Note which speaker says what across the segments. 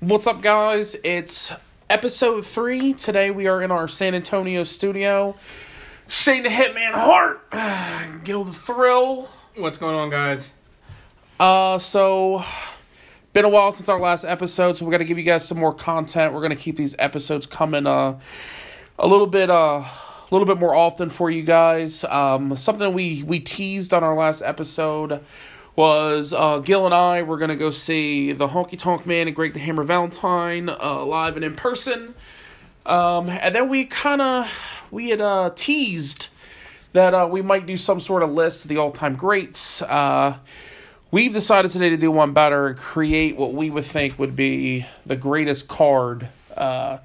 Speaker 1: What's up, guys? It's episode three. Today we are in our San Antonio studio. Shane the Hitman Hart, Gil the Thrill.
Speaker 2: What's going on, guys?
Speaker 1: Uh, so been a while since our last episode, so we're gonna give you guys some more content. We're gonna keep these episodes coming uh a little bit uh a little bit more often for you guys. Um, something we we teased on our last episode was uh, Gil and I were gonna go see the Honky Tonk Man and Greg the Hammer Valentine uh, live and in person. Um, and then we kind of we had uh, teased that uh, we might do some sort of list of the all time greats. Uh, we've decided today to do one better and create what we would think would be the greatest card uh,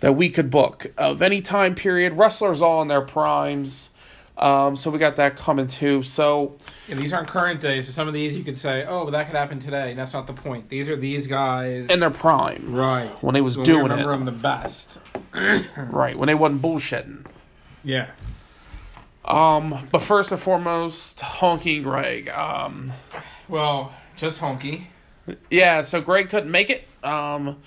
Speaker 1: that we could book of any time period. Wrestlers all in their primes. Um, so we got that coming too. So
Speaker 2: Yeah, these aren't current days, so some of these you could say, "Oh, but that could happen today." That's not the point. These are these guys,
Speaker 1: in their prime,
Speaker 2: right?
Speaker 1: when they was
Speaker 2: When we
Speaker 1: doing
Speaker 2: remember
Speaker 1: it,
Speaker 2: them the best.
Speaker 1: right when they wasn't bullshitting.
Speaker 2: Yeah,
Speaker 1: Um, but first and foremost, honking Greg. Um,
Speaker 2: well, just honky.
Speaker 1: yeah, so Greg couldn't make it. Um,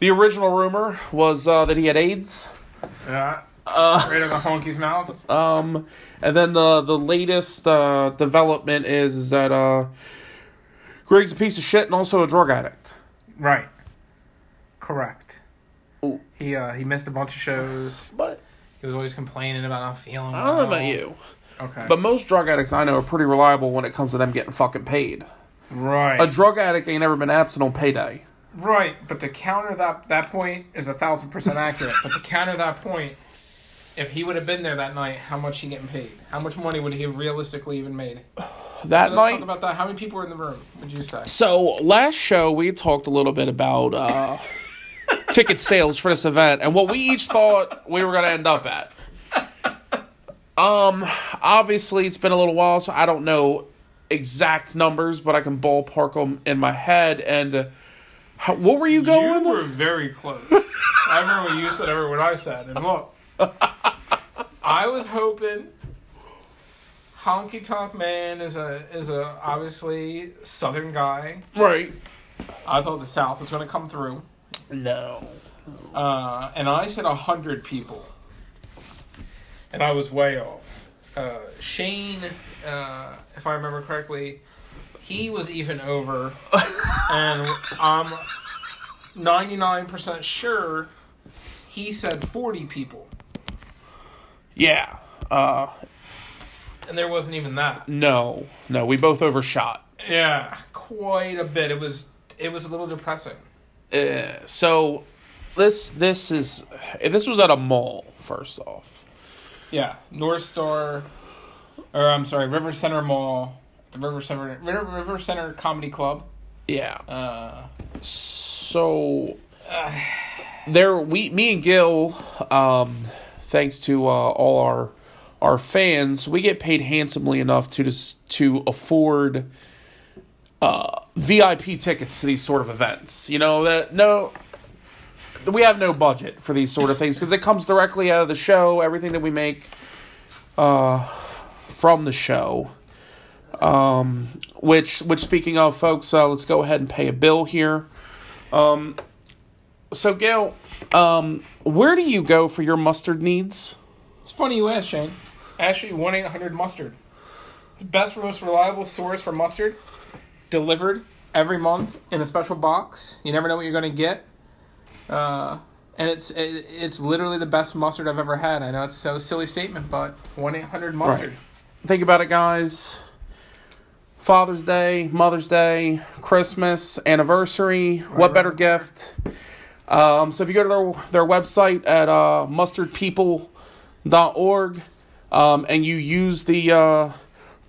Speaker 1: the original rumor was uh, that he had AIDS.
Speaker 2: Yeah,
Speaker 1: Uh.
Speaker 2: right on the honky's mouth.
Speaker 1: Um, and then the the latest uh, development is, is that uh, Greg's a piece of shit and also a drug addict.
Speaker 2: Right, correct.
Speaker 1: Ooh.
Speaker 2: He uh, he missed a bunch of shows.
Speaker 1: But
Speaker 2: He was always complaining about not feeling.
Speaker 1: I don't know
Speaker 2: well.
Speaker 1: about you,
Speaker 2: Okay,
Speaker 1: but most drug addicts I know are pretty reliable when it comes to them getting fucking paid.
Speaker 2: right,
Speaker 1: A drug addict ain't never been absent on payday.
Speaker 2: Right, but to counter that that point is a thousand percent accurate. but to counter that point, if he would have been there that night, how much he getting paid? How much money would he have realistically even made?
Speaker 1: That
Speaker 2: Let's
Speaker 1: night,
Speaker 2: talk about that. How many people were in the room? Would you say?
Speaker 1: So last show we talked a little bit about uh, ticket sales for this event and what we each thought we were going to end up at. Um, obviously it's been a little while, so I don't know exact numbers, but I can ballpark them in my head. And uh, how, what were you going?
Speaker 2: were very close. I remember what you said. I remember what I said. And look, I was hoping Honky Tonk Man is a is a obviously Southern guy.
Speaker 1: Right?
Speaker 2: I thought the South was going to come through.
Speaker 1: No.
Speaker 2: uh, and I said hundred people, and I was way off. Uh, Shane, uh, if I remember correctly, he was even over, and I'm ninety nine percent sure he said forty people,
Speaker 1: Yeah. Uh,
Speaker 2: and there wasn't even that.
Speaker 1: no. No. We both overshot.
Speaker 2: Yeah, quite a bit. It was it was a little depressing.
Speaker 1: Uh, so this this is this was at a mall. First off.
Speaker 2: Yeah, North Star, or I'm sorry, River Center Mall, the River Center River, River Center Comedy Club.
Speaker 1: Yeah.
Speaker 2: Uh,
Speaker 1: So there we me and Gil um thanks to uh all our our fans, we get paid handsomely enough to just to afford uh VIP tickets to these sort of events. You know that no we have no budget for these sort of things because it comes directly out of the show, everything that we make uh from the show. Um which which speaking of folks, uh, let's go ahead and pay a bill here. Um, So, Gail, um, where do you go for your mustard needs?
Speaker 2: It's funny you ask, Shane. Actually, 1 800 Mustard. It's the best, most reliable source for mustard. Delivered every month in a special box. You never know what you're going to get. Uh, and it's it, it's literally the best mustard I've ever had. I know it's so silly statement, but 1 800 Mustard.
Speaker 1: Think about it, guys. Father's Day, Mother's Day, Christmas, anniversary. what
Speaker 2: right.
Speaker 1: better gift? Um, so, if you go to their, their website at uh, mustardpeople.org um, and you use the uh,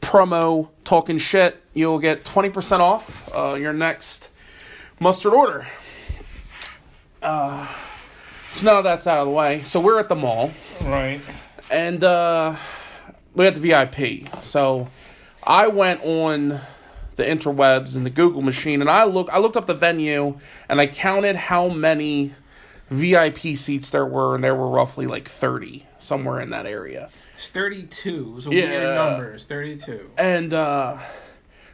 Speaker 1: promo talking shit, you'll get 20% off uh, your next mustard order. Uh, so, now that's out of the way. So, we're at the mall
Speaker 2: Right.
Speaker 1: and uh, we had the VIP. So I went on the interwebs and the Google machine, and I look I looked up the venue, and I counted how many VIP seats there were, and there were roughly like thirty somewhere in that area.
Speaker 2: It's 32. It was a
Speaker 1: Yeah.
Speaker 2: weird number. It's 32.
Speaker 1: And uh,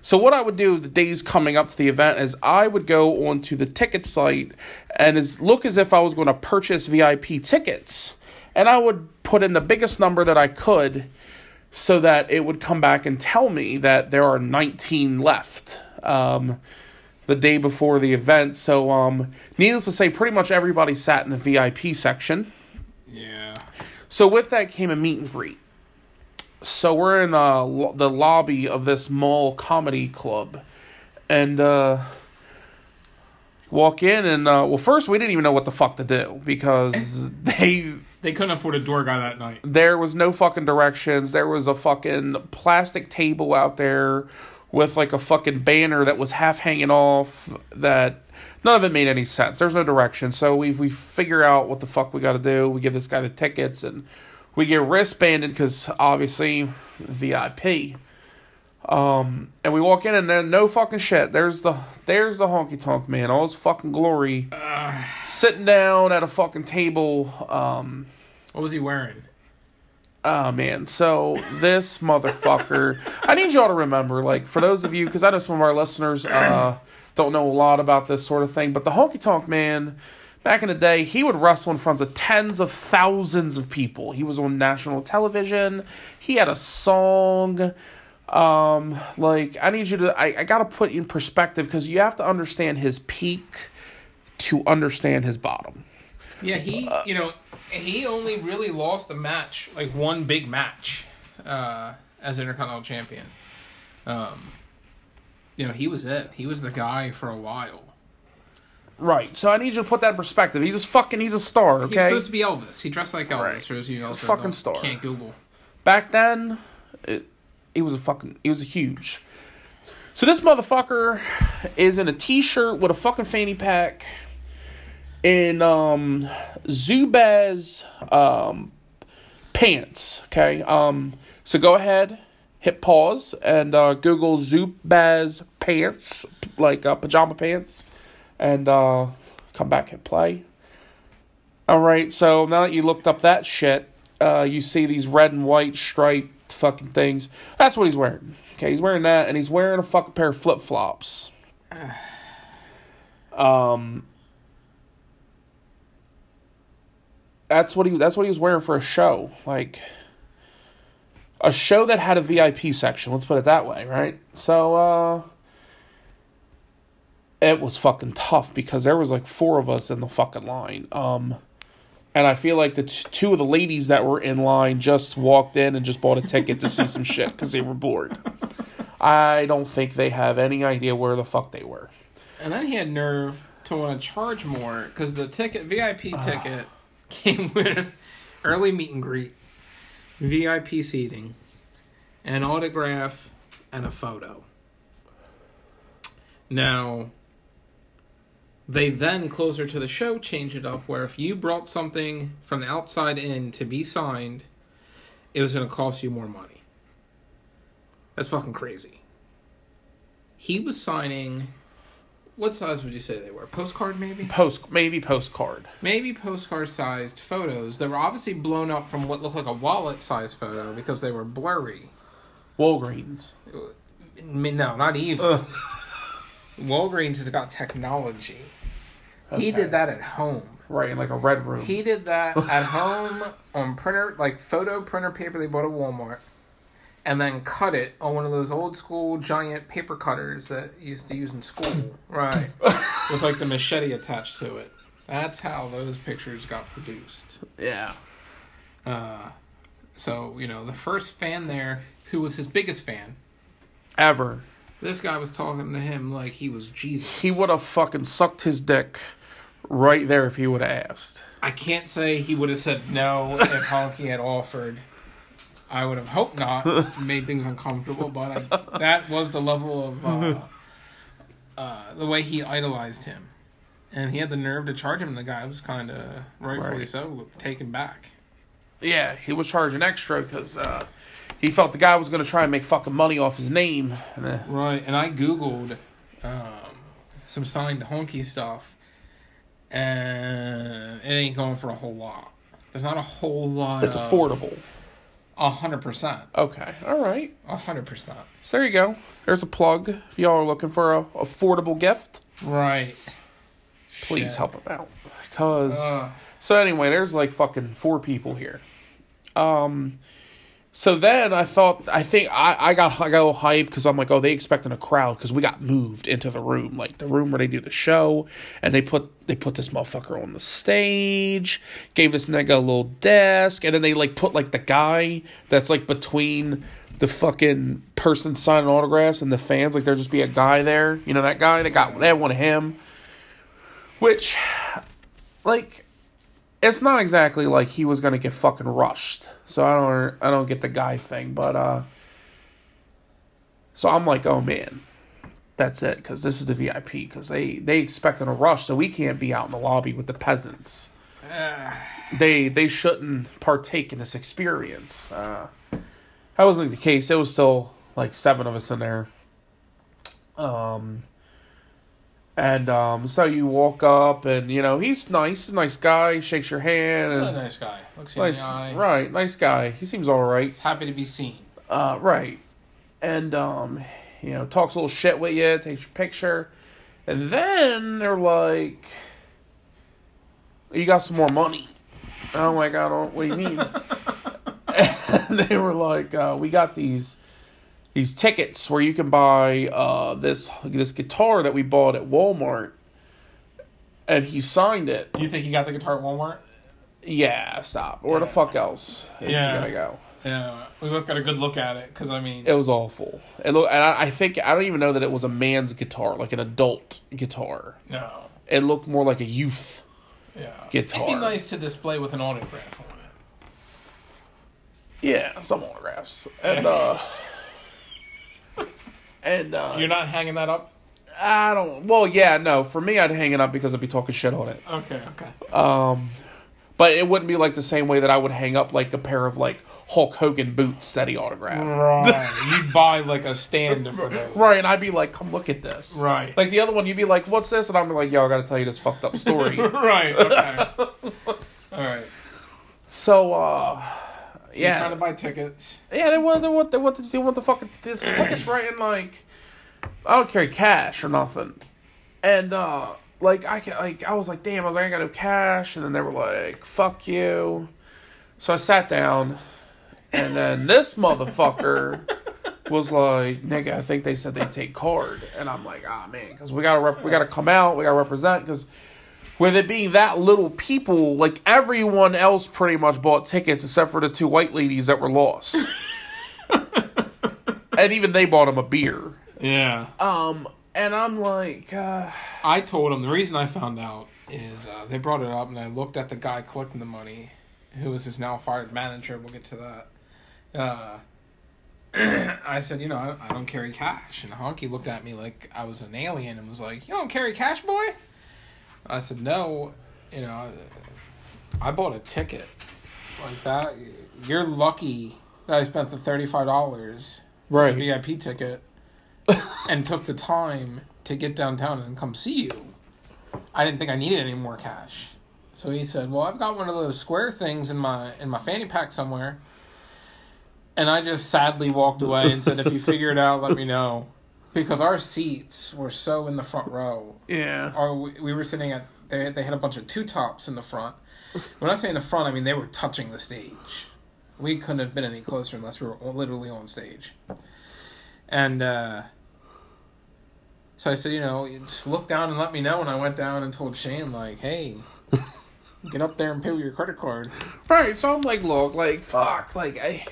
Speaker 1: So what I would do the days coming up to the event is I would go onto the ticket site and as look as if I was going to purchase VIP tickets, and I would put in the biggest number that I could, so that it would come back and tell me that there are 19 left. Um, the day before the event, so um, needless to say, pretty much everybody sat in the VIP section.
Speaker 2: Yeah.
Speaker 1: So with that came a meet and greet. So we're in uh, lo- the lobby of this mall comedy club, and uh, walk in and uh, well, first we didn't even know what the fuck to do because they
Speaker 2: They couldn't afford a door guy that night.
Speaker 1: there was no fucking directions. There was a fucking plastic table out there with like a fucking banner that was half hanging off that none of it made any sense. There's no direction. So we we figure out what the fuck we got to do. We give this guy the tickets and we get wristbanded cuz obviously VIP. Um and we walk in and there no fucking shit. There's the there's the honky tonk man, all his fucking glory, sitting down at a fucking table um
Speaker 2: What was he wearing?
Speaker 1: Oh man, so this motherfucker. I need y'all to remember, like, for those of you, because I know some of our listeners uh, don't know a lot about this sort of thing, but the honky tonk man, back in the day, he would wrestle in front of tens of thousands of people. He was on national television. He had a song. Um, like, I need you to, I, I gotta put in perspective because you have to understand his peak to understand his bottom.
Speaker 2: Yeah, he,
Speaker 1: Uh,
Speaker 2: you know, he only really lost a match, like one big match, uh, as Intercontinental Champion. Um, you know, he was it. He was the guy for a while.
Speaker 1: Right. So I need you to put that in perspective. He's a fucking, he's a star,
Speaker 2: He's
Speaker 1: okay?
Speaker 2: supposed to be Elvis. He dressed like Elvis.
Speaker 1: Right.
Speaker 2: For those of you who also
Speaker 1: fucking
Speaker 2: don't-
Speaker 1: star.
Speaker 2: Can't Google.
Speaker 1: back then, it, it was a fucking, it was a huge. So this motherfucker is in a t-shirt with a fucking fanny pack, in um, Zubaz um, pants. Okay, um, so go ahead, hit pause and uh, Google Zubaz pants, like uh, pajama pants, and uh, come back and play. All right, so now that you looked up that shit, uh, you see these red and white striped fucking things. That's what he's wearing. Okay, he's wearing that, and he's wearing a fucking pair of flip flops. Um, that's what he. That's what he was wearing for a show, like a show that had a VIP section. Let's put it that way, right? So, uh, it was fucking tough because there was like four of us in the fucking line. Um, and I feel like the t- two of the ladies that were in line just walked in and just bought a ticket to see some shit because they were bored. I don't think they have any idea where the fuck they were.
Speaker 2: And then he had nerve to want to charge more because the ticket VIP ticket came with early meet and greet, VIP seating, an autograph, and a photo. Now, they then closer to the show changed it up where if you brought something from the outside in to be signed, it was going to cost you more money. That's fucking crazy. He was signing what size would you say they were? Postcard, maybe?
Speaker 1: Post maybe postcard.
Speaker 2: Maybe postcard sized photos that were obviously blown up from what looked like a wallet sized photo because they were blurry.
Speaker 1: Walgreens.
Speaker 2: I mean, No, not even. Walgreens has got technology. He
Speaker 1: Okay.
Speaker 2: did that at home.
Speaker 1: Right, in like a red room.
Speaker 2: He did that at home on printer, like photo printer paper they bought at Walmart, and then cut it on one of those old school giant paper cutters that you used to use in school. Right. With like the machete attached to it. That's how those pictures got produced.
Speaker 1: yeah.
Speaker 2: Uh, so, you know, the first fan there, who was his biggest fan,
Speaker 1: Ever.
Speaker 2: this guy was talking to him like he was Jesus.
Speaker 1: He would have fucking sucked his dick right there if he would have asked.
Speaker 2: I can't say he would have said no if Honky had offered. I would have hoped not, made things uncomfortable, but I, that was the level of uh, uh, the way he idolized him. And he had the nerve to charge him, and the guy was kind of, rightfully
Speaker 1: Right.
Speaker 2: so, taken back.
Speaker 1: Yeah, he was charging extra because uh, he felt the guy was going to try and make fucking money off his name. And, uh,
Speaker 2: Right, and I Googled um, some signed honky stuff, and it ain't going for a whole lot. There's not a whole lot.
Speaker 1: it's
Speaker 2: of,
Speaker 1: affordable.
Speaker 2: A hundred percent.
Speaker 1: Okay. All right.
Speaker 2: A hundred percent.
Speaker 1: So there you go. There's a plug. If y'all are looking for a affordable gift,
Speaker 2: Right.
Speaker 1: please
Speaker 2: Shit.
Speaker 1: help 'em out. Cause
Speaker 2: Uh,
Speaker 1: so anyway, there's like fucking four people here. Um, so then I thought I think I I got I got a little hype because I'm like, oh, they expecting a crowd because we got moved into the room, like the room where they do the show, and they put they put this motherfucker on the stage, gave this nigga a little desk, and then they like put like the guy that's like between the fucking person signing autographs and the fans, like there'd just be a guy there, you know that guy. They got they had one of him, which like it's not exactly like he was gonna get fucking rushed. So I don't I don't get the guy thing, but uh so I'm like, oh man, that's it, because this is the VIP, because they they expecting a rush, so we can't be out in the lobby with the peasants. They they shouldn't partake in this experience. Uh, that wasn't the case. It was still like seven of us in there. Um, and um, so you walk up, and you know he's nice, nice guy. Shakes your hand,
Speaker 2: what
Speaker 1: and
Speaker 2: a nice guy. Looks you
Speaker 1: nice,
Speaker 2: in the eye.
Speaker 1: right? Nice guy. He seems all right.
Speaker 2: Happy to be seen.
Speaker 1: Uh, right. And um, you know, talks a little shit with you, takes your picture, and then they're like, "You got some more money?" And I'm like, "I don't. What do you mean?" and they were like, uh, "We got these." These tickets where you can buy uh, this this guitar that we bought at Walmart, and he signed it.
Speaker 2: You think he got the guitar at Walmart?
Speaker 1: Yeah, stop. Where the fuck else is
Speaker 2: Yeah.
Speaker 1: he gonna go?
Speaker 2: Yeah. We both got a good look at it because I mean,
Speaker 1: It was awful. It look, and I, I think I don't even know that it was a man's guitar, like an adult guitar.
Speaker 2: no.
Speaker 1: It looked more like a youth.
Speaker 2: Yeah.
Speaker 1: Guitar.
Speaker 2: It'd be nice to display with an autograph on it.
Speaker 1: Yeah, some autographs and uh, and uh,
Speaker 2: You're not hanging that up.
Speaker 1: I don't. Well, yeah, no. For me, I'd hang it up because I'd be talking shit on it.
Speaker 2: Okay. Okay.
Speaker 1: Um, but it wouldn't be like the same way that I would hang up like a pair of like Hulk Hogan boots that he
Speaker 2: Mm.
Speaker 1: autographed.
Speaker 2: Right. You'd buy like a stand for those.
Speaker 1: Right, and I'd be like, "Come look at this."
Speaker 2: Right.
Speaker 1: Like the other one, you'd be like, "What's this?" And I'm like, "Yo, I gotta tell you this fucked up story."
Speaker 2: right. Okay. All right.
Speaker 1: So, uh,
Speaker 2: So
Speaker 1: yeah,
Speaker 2: You're trying to buy tickets.
Speaker 1: yeah, they want, they want, they want, they want the fucking this tickets right in like, I don't carry cash or nothing, and uh, like I can, like I was like, damn, I was like, I got no cash, and then they were like, fuck you, so I sat down, and then this motherfucker. Was like, nigga, I think they said they take card, and I'm like, ah, man, because we gotta rep- we gotta come out, we gotta represent, because with it being that little people, like everyone else pretty much bought tickets except for the two white ladies that were lost. and even they bought him a beer.
Speaker 2: Yeah.
Speaker 1: Um, and I'm like, uh,
Speaker 2: I told him the reason I found out is uh, they brought it up, and I looked at the guy collecting the money, who was his now fired manager. We'll get to that. Uh, I said, you know, I, I don't carry cash, and Honky looked at me like I was an alien and was like, "You don't carry cash, boy." I said, "No, you know, I, I bought a ticket like that. You're lucky that I spent the thirty five dollars
Speaker 1: right,
Speaker 2: VIP ticket and took the time to get downtown and come see you. I didn't think I needed any more cash. So he said, "Well, I've got one of those square things in my in my fanny pack somewhere." And I just sadly walked away and said, "If you figure it out, let me know." Because our seats were so in the front row.
Speaker 1: yeah,
Speaker 2: Our, we we were sitting at they they had a bunch of two tops in the front. When I say in the front, I mean they were touching the stage. We couldn't have been any closer unless we were on- literally on stage. And uh, so I said, you know, you just look down and let me know. And I went down and told Shane, like, hey, get up there and pay with your credit card.
Speaker 1: right. So I'm like, look, like, fuck, like I.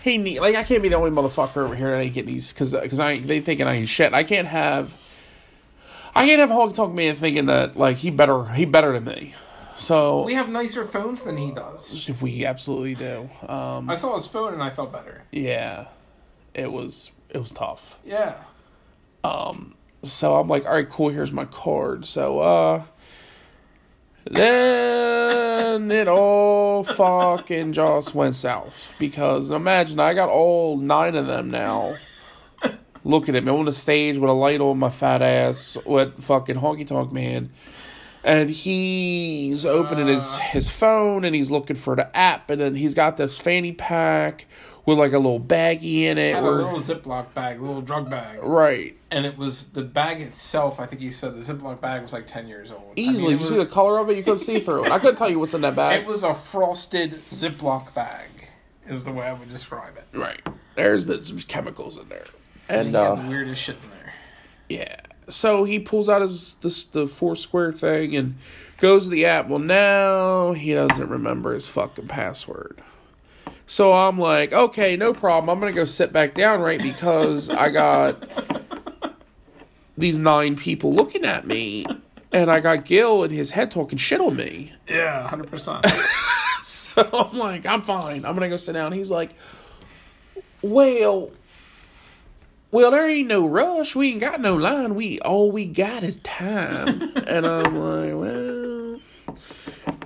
Speaker 1: He need like I can't be the only motherfucker over here that ain't getting these because because I ain't- they thinking I ain't shit. I can't have. I can't have Hog Talk Man thinking that like he better he better than me. So
Speaker 2: We have nicer phones than he does.
Speaker 1: we absolutely do. Um,
Speaker 2: I saw his phone and I felt better.
Speaker 1: yeah it was it was tough
Speaker 2: Yeah.
Speaker 1: so i'm like all right cool here's my card so uh then it all fucking just went south because imagine i got all nine of them now looking at me on the stage with a light on my fat ass with fucking honky tonk man and he's opening his his phone and he's looking for the app and then he's got this fanny pack with like a little baggie in it
Speaker 2: Had a
Speaker 1: where-
Speaker 2: little Ziploc bag, little drug bag,
Speaker 1: right
Speaker 2: and it was the bag itself. I think he said the Ziploc bag was like ten years old. I mean,
Speaker 1: easily
Speaker 2: it
Speaker 1: Did you
Speaker 2: was-
Speaker 1: see the color of it you couldn't see through it i couldn't tell you what's in that bag
Speaker 2: It was a frosted Ziploc bag, is the way I would describe it.
Speaker 1: right there's been some chemicals in there
Speaker 2: And
Speaker 1: and
Speaker 2: he
Speaker 1: uh
Speaker 2: had the weirdest shit in there.
Speaker 1: Yeah. So he pulls out his this the four square thing and goes to the app. Well, now he doesn't remember his fucking password. So I'm like, okay, no problem. I'm gonna go sit back down, right? Because I got these nine people looking at me, and I got Gil and his head talking shit on me.
Speaker 2: Yeah, hundred percent.
Speaker 1: So I'm like, I'm fine. I'm gonna go sit down. He's like, well, well, there ain't no rush. We ain't got no line. We all we got is time. and I'm like, well.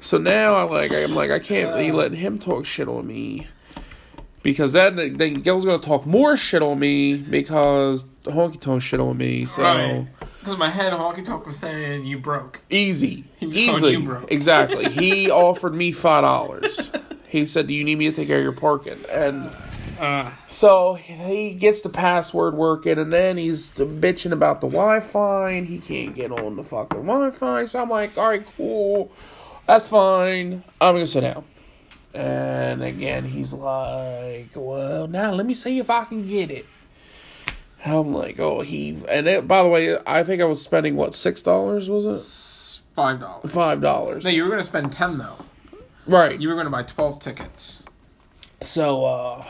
Speaker 1: So now I like I'm like I can't be letting him talk shit on me. Because then, then Gil's gonna talk more shit on me because honky tonk shit on me. So
Speaker 2: Right. Because my head honky tonk was saying you broke.
Speaker 1: Easy.
Speaker 2: was
Speaker 1: Easily.
Speaker 2: calling you broke.
Speaker 1: Exactly. He offered me five dollars. He said, Do you need me to take care of your parking? And
Speaker 2: Uh,
Speaker 1: so he gets the password working and then he's bitching about the Wi Fi and he can't get on the fucking Wi Fi. So I'm like, Alright, cool. That's fine. I'm gonna sit down. And again he's like, Well now let me see if I can get it. I'm like, oh, he and it, by the way, I think I was spending what six dollars was it?
Speaker 2: Five dollars.
Speaker 1: five dollars.
Speaker 2: No, you were gonna spend ten though.
Speaker 1: Right.
Speaker 2: You were gonna buy twelve tickets.
Speaker 1: so uh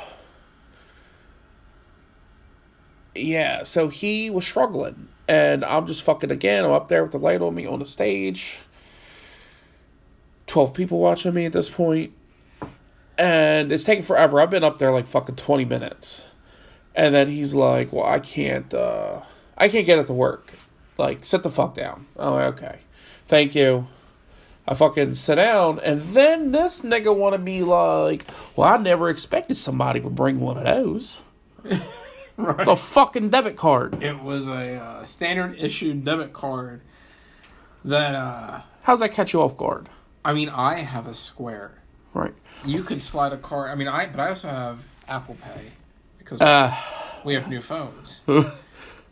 Speaker 1: Yeah, so he was struggling and I'm just fucking again, I'm up there with the light on me on the stage. Twelve people watching me at this point. And it's taking forever. I've been up there like fucking twenty minutes. And then he's like, Well, I can't uh I can't get it to work. Like, sit the fuck down. Oh, okay. Thank you. I fucking sit down, and then this nigga want to be like, "Well, I never expected somebody would bring one of those.
Speaker 2: Right.
Speaker 1: It's a fucking debit card.
Speaker 2: it was a uh, standard issued debit card that uh,
Speaker 1: How's that catch you off guard?
Speaker 2: I mean I have a Square.
Speaker 1: Right?
Speaker 2: You could slide a card. I mean I but I also have Apple Pay because
Speaker 1: Uh,
Speaker 2: we have new phones.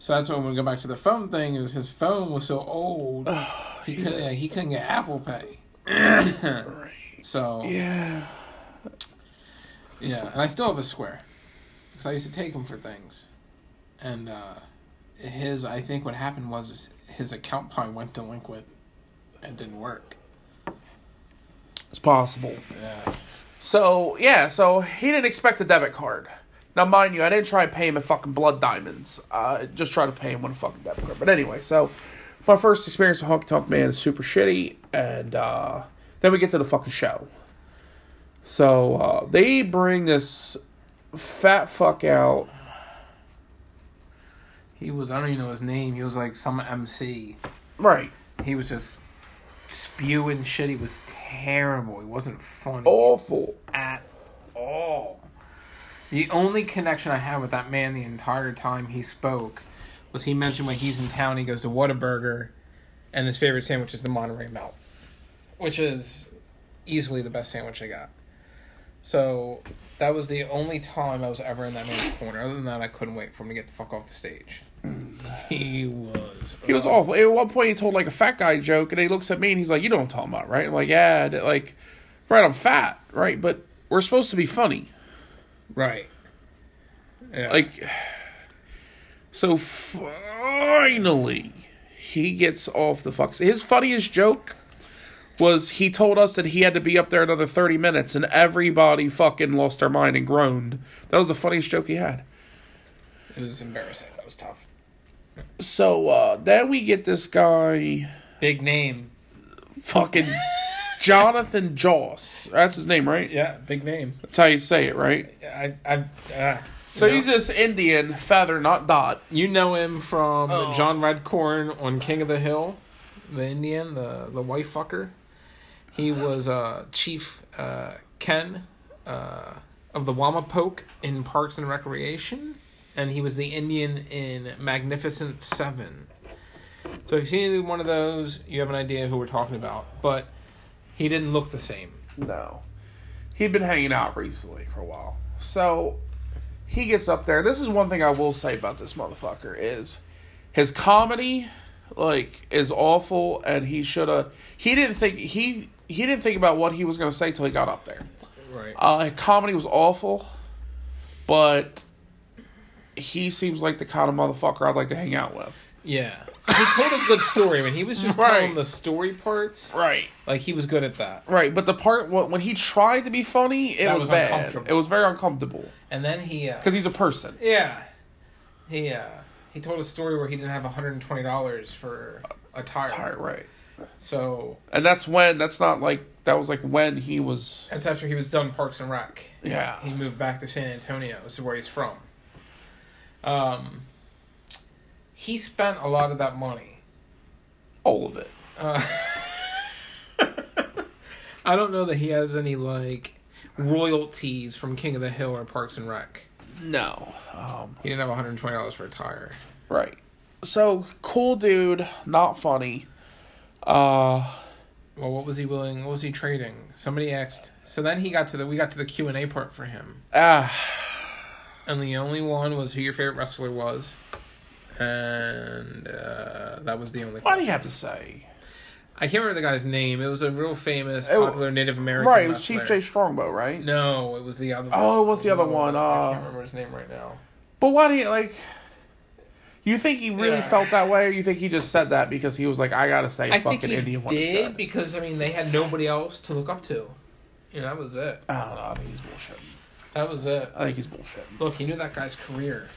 Speaker 2: So that's why when we go back to the phone thing is his phone was so old he couldn't he couldn't get Apple Pay. So
Speaker 1: yeah.
Speaker 2: Yeah, and I still have a square because I used to take him for things, and uh, his I think what happened was is his account probably went delinquent and didn't work.
Speaker 1: It's possible.
Speaker 2: Yeah,
Speaker 1: So yeah, so he didn't expect a debit card. Now, mind you, I didn't try to pay him in fucking blood diamonds. I just tried to pay him with a fucking debit card. But anyway, so my first experience with Honky Tonk Man is super shitty, and uh, then we get to the fucking show. So uh, they bring this fat fuck out.
Speaker 2: he was I don't even know his name. He was like some MC.
Speaker 1: Right.
Speaker 2: He was just spewing shit. He was terrible. He wasn't funny
Speaker 1: Oh. Awful.
Speaker 2: at all. The only connection I had with that man the entire time he spoke was he mentioned when he's in town, he goes to Whataburger, and his favorite sandwich is the Monterey Melt, which is easily the best sandwich I got. So that was the only time I was ever in that man's corner. Other than that, I couldn't wait for him to get the fuck off the stage. He was.
Speaker 1: He was awful. At one point, he told like a fat guy joke, and he looks at me and he's like, "You know what I'm talking about, right?" I'm like, "Yeah, I did," like, right. I'm fat, right? But we're supposed to be funny."
Speaker 2: Right. Yeah.
Speaker 1: like so finally he gets off the fucks his funniest joke was he told us that he had to be up there another 30 minutes and everybody fucking lost their mind and groaned that was the funniest joke he had
Speaker 2: it was embarrassing. That was tough.
Speaker 1: so uh then we get this guy
Speaker 2: Big name.
Speaker 1: fucking jonathan joss that's his name right
Speaker 2: Yeah, big name.
Speaker 1: that's how you say it right
Speaker 2: I, I, uh,
Speaker 1: so he's this indian feather not dot
Speaker 2: You know him from
Speaker 1: Oh.
Speaker 2: John Redcorn on King of the Hill, the Indian, the the wife fucker. He was uh, Chief uh, Ken uh, of the Wamapoke in Parks and Recreation, and he was the Indian in Magnificent Seven. So if you've seen either one of those, you have an idea who we're talking about. But he didn't look the same.
Speaker 1: No. He'd been hanging out recently for a while. So he gets up there. This is one thing I will say about this motherfucker is his comedy like is awful and he should have he didn't think he he didn't think about what he was going to say till he got up there.
Speaker 2: Right.
Speaker 1: Uh his comedy was awful, but he seems like the kind of motherfucker I'd like to hang out with.
Speaker 2: Yeah. He told a good story. I mean, he was just
Speaker 1: Right.
Speaker 2: telling the story parts.
Speaker 1: Right.
Speaker 2: Like he was good at that.
Speaker 1: Right, but the part when when he tried to be funny, it
Speaker 2: That
Speaker 1: was,
Speaker 2: was
Speaker 1: bad.
Speaker 2: uncomfortable.
Speaker 1: It was very uncomfortable
Speaker 2: And then he. Uh,
Speaker 1: because he's a person.
Speaker 2: yeah. He uh, he told a story where he didn't have one hundred and twenty dollars for a tire.
Speaker 1: All right, right.
Speaker 2: So
Speaker 1: And that's when that's not like that was like when he was
Speaker 2: that's after he was done Parks and Rec.
Speaker 1: yeah.
Speaker 2: He moved back to San Antonio, which is where he's from. Um, he spent a lot of that money.
Speaker 1: all of it.
Speaker 2: Uh, I don't know that he has any like royalties from King of the Hill or Parks and Rec.
Speaker 1: No. Um
Speaker 2: He didn't have one hundred twenty dollars for a tire.
Speaker 1: right. So cool dude, not funny. Uh
Speaker 2: Well, what was he willing? What was he trading? Somebody asked. So then he got to the we got to the Q and A part for him,
Speaker 1: ah
Speaker 2: and the only one was who your favorite wrestler was, and uh, that was the only.
Speaker 1: why do you have to say?
Speaker 2: I can't remember the guy's name. It was a real famous,
Speaker 1: It wa-
Speaker 2: popular Native American.
Speaker 1: Right, it was
Speaker 2: wrestler.
Speaker 1: Chief J Strongbow, right?
Speaker 2: No, it was the other.
Speaker 1: Oh, what's the other one?
Speaker 2: I
Speaker 1: Uh,
Speaker 2: can't remember his name right now.
Speaker 1: But why do you like you think he really
Speaker 2: Yeah.
Speaker 1: felt that way, or you think he just said that because he was like, "I gotta say, fucking Indian white guy."
Speaker 2: because I mean they had nobody else to look up to. You know, that was it.
Speaker 1: I don't know. I think he's bullshit.
Speaker 2: That was it.
Speaker 1: I think he's bullshit.
Speaker 2: Look, he knew that guy's career.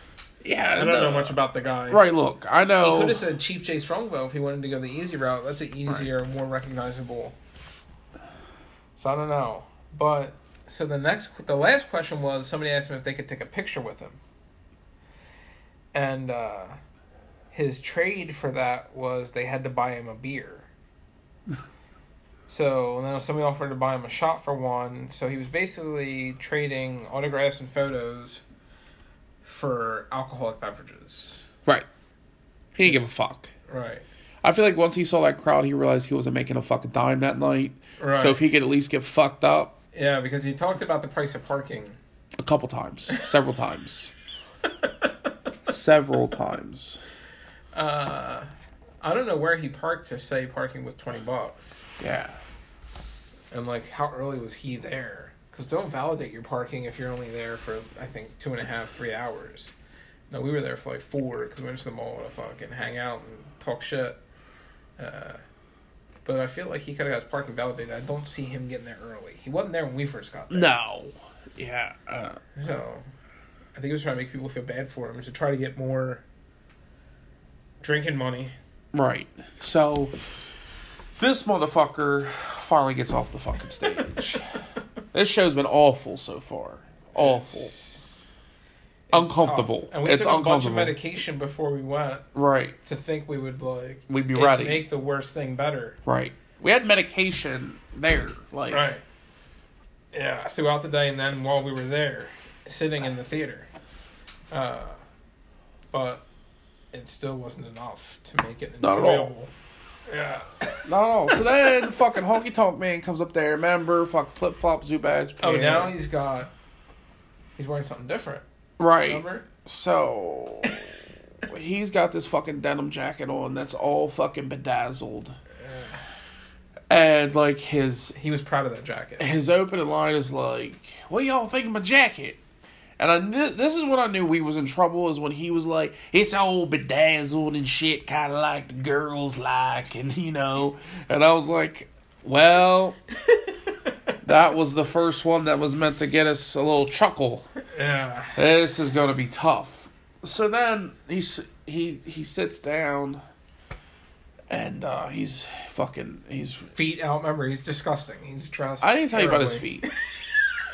Speaker 1: Yeah,
Speaker 2: I don't know much about the guy.
Speaker 1: Right. Look, I
Speaker 2: He
Speaker 1: know.
Speaker 2: could have said Chief J Strongbow if he wanted to go the easy route. That's an easier, more recognizable. So I don't know, but so the next, the last question was somebody asked him if they could take a picture with him, and uh, his trade for that was they had to buy him a beer. so and then somebody offered to buy him a shot for one. So he was basically trading autographs and photos for alcoholic beverages.
Speaker 1: right. He didn't give a fuck.
Speaker 2: Right.
Speaker 1: I feel like once he saw that crowd, he realized he wasn't making a fucking dime that night.
Speaker 2: Right.
Speaker 1: So if he could at least get fucked up
Speaker 2: yeah, because he talked about the price of parking.
Speaker 1: a couple times, several times, several times.
Speaker 2: Uh, I don't know where he parked to say parking was twenty bucks,
Speaker 1: Yeah.
Speaker 2: and like how early was he there? Because don't validate your parking if you're only there for I think two and a half, three hours. No, we were there for like four because we went to the mall to fucking hang out and talk shit. Uh, but I feel like he could have got his parking validated. I don't see him getting there early. He wasn't there when we first got there.
Speaker 1: No. Yeah. Uh,
Speaker 2: So, I think it was trying to make people feel bad for him to try to get more drinking money.
Speaker 1: right. So this motherfucker finally gets off the fucking stage. this show's been awful so far. Awful. uncomfortable.
Speaker 2: Tough. And we
Speaker 1: it's
Speaker 2: took a bunch of
Speaker 1: uncomfortable.
Speaker 2: medication before we went
Speaker 1: right.
Speaker 2: to think we would like
Speaker 1: We'd be
Speaker 2: make-
Speaker 1: ready.
Speaker 2: make the worst thing better.
Speaker 1: Right. We had medication there. Like
Speaker 2: Right. Yeah, throughout the day and then while we were there, sitting in the theater. Uh, but it still wasn't enough to make it
Speaker 1: Not at
Speaker 2: enjoyable.
Speaker 1: all.
Speaker 2: Yeah.
Speaker 1: not at all. So then fucking honky tonk man comes up there, remember, fuck flip flop Zubaj.
Speaker 2: Oh,
Speaker 1: pants.
Speaker 2: now he's got. He's wearing something different.
Speaker 1: Right.
Speaker 2: Remember?
Speaker 1: So he's got this fucking denim jacket on that's all fucking bedazzled. And like his
Speaker 2: He was proud of that jacket.
Speaker 1: his opening line is like, "What y'all think of my jacket?" And I knew, this is when I knew we was in trouble is when he was like, "It's all bedazzled and shit, kind of like the girls like," and you know, and I was like, "Well, that was the first one that was meant to get us a little chuckle.
Speaker 2: Yeah.
Speaker 1: This is gonna be tough." So then he s- he he sits down, and uh, he's fucking he's
Speaker 2: Feet out. Remember, he's disgusting. He's dressed.
Speaker 1: I didn't tell you about his
Speaker 2: terribly.
Speaker 1: feet.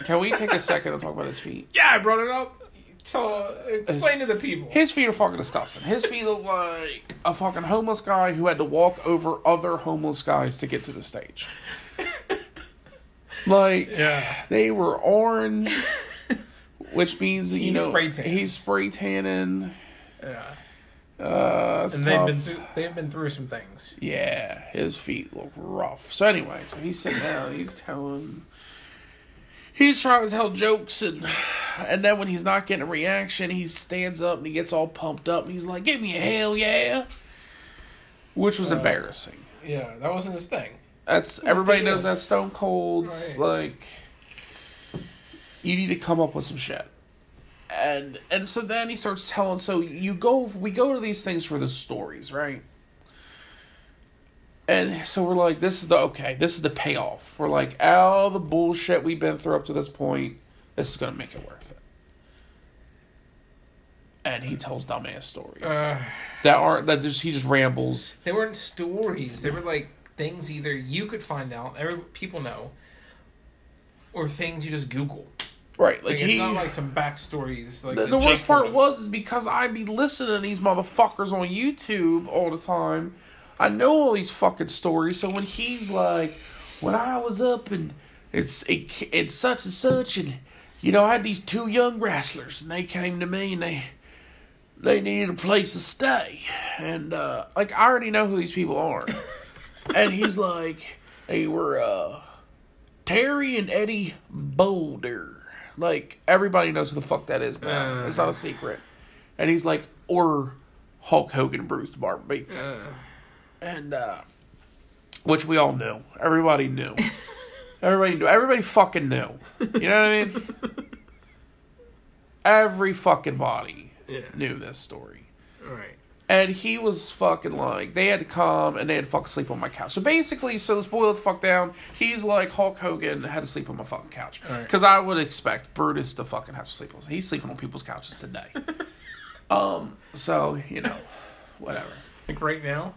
Speaker 1: Can we take a second and talk about his feet?
Speaker 2: Yeah, I brought it up. So explain to the people.
Speaker 1: His feet are fucking disgusting. His feet look like a fucking homeless guy who had to walk over other homeless guys to get to the stage. Like
Speaker 2: Yeah.
Speaker 1: they were orange, which means you
Speaker 2: He
Speaker 1: know
Speaker 2: spray tanned.
Speaker 1: he's spray tanning.
Speaker 2: Yeah.
Speaker 1: Uh, it's
Speaker 2: and they've
Speaker 1: tough.
Speaker 2: been through, they've been through some things.
Speaker 1: Yeah, his feet look rough. So anyway, so he's sitting down, he's telling he's trying to tell jokes and and then when he's not getting a reaction, he stands up and he gets all pumped up and he's like, Give me a hell yeah Which was embarrassing.
Speaker 2: Yeah, that wasn't his thing.
Speaker 1: That's everybody
Speaker 2: it
Speaker 1: knows
Speaker 2: is.
Speaker 1: that Stone Cold's
Speaker 2: Right.
Speaker 1: like you need to come up with some shit. And and so then he starts telling so you go we go to these things for the stories, right? And so we're like, this is the okay, this is the payoff. We're like, all the bullshit we've been through up to this point, this is gonna make it worth it. And he tells dumbass stories
Speaker 2: Uh,
Speaker 1: that aren't that just he just rambles.
Speaker 2: they weren't stories. They were like things either you could find out, every people know, or things you just Google.
Speaker 1: Right,
Speaker 2: Like,
Speaker 1: like
Speaker 2: it's
Speaker 1: he
Speaker 2: not like some backstories. Like
Speaker 1: The,
Speaker 2: that
Speaker 1: the
Speaker 2: Jake
Speaker 1: worst part
Speaker 2: told
Speaker 1: was
Speaker 2: us.
Speaker 1: is because I be listening to these motherfuckers on YouTube all the time. I know all these fucking stories. So when he's like, when I was up and it's it, it's such and such, and you know I had these two young wrestlers, and they came to me and they they needed a place to stay, and uh, like I already know who these people are, and he's like, they were uh, Terry and Eddie Boulder. Like everybody knows who the fuck that is now.
Speaker 2: Uh.
Speaker 1: it's not a secret. And he's like, or Hulk Hogan, Bruce Barbeek,
Speaker 2: Uh,
Speaker 1: and uh, which we all knew. Everybody knew. Everybody knew. Everybody fucking knew. You know what I mean? Every fucking body
Speaker 2: yeah.
Speaker 1: knew this story.
Speaker 2: All right.
Speaker 1: And he was fucking like, they had to come and they had to fucking sleep on my couch. So basically, so let's boil it the fuck down. He's like Hulk Hogan had to sleep on my fucking couch.
Speaker 2: All right.
Speaker 1: Because I would expect Brutus to fucking have to sleep on. He's sleeping on people's couches today. um, so, you know, whatever.
Speaker 2: Like right now,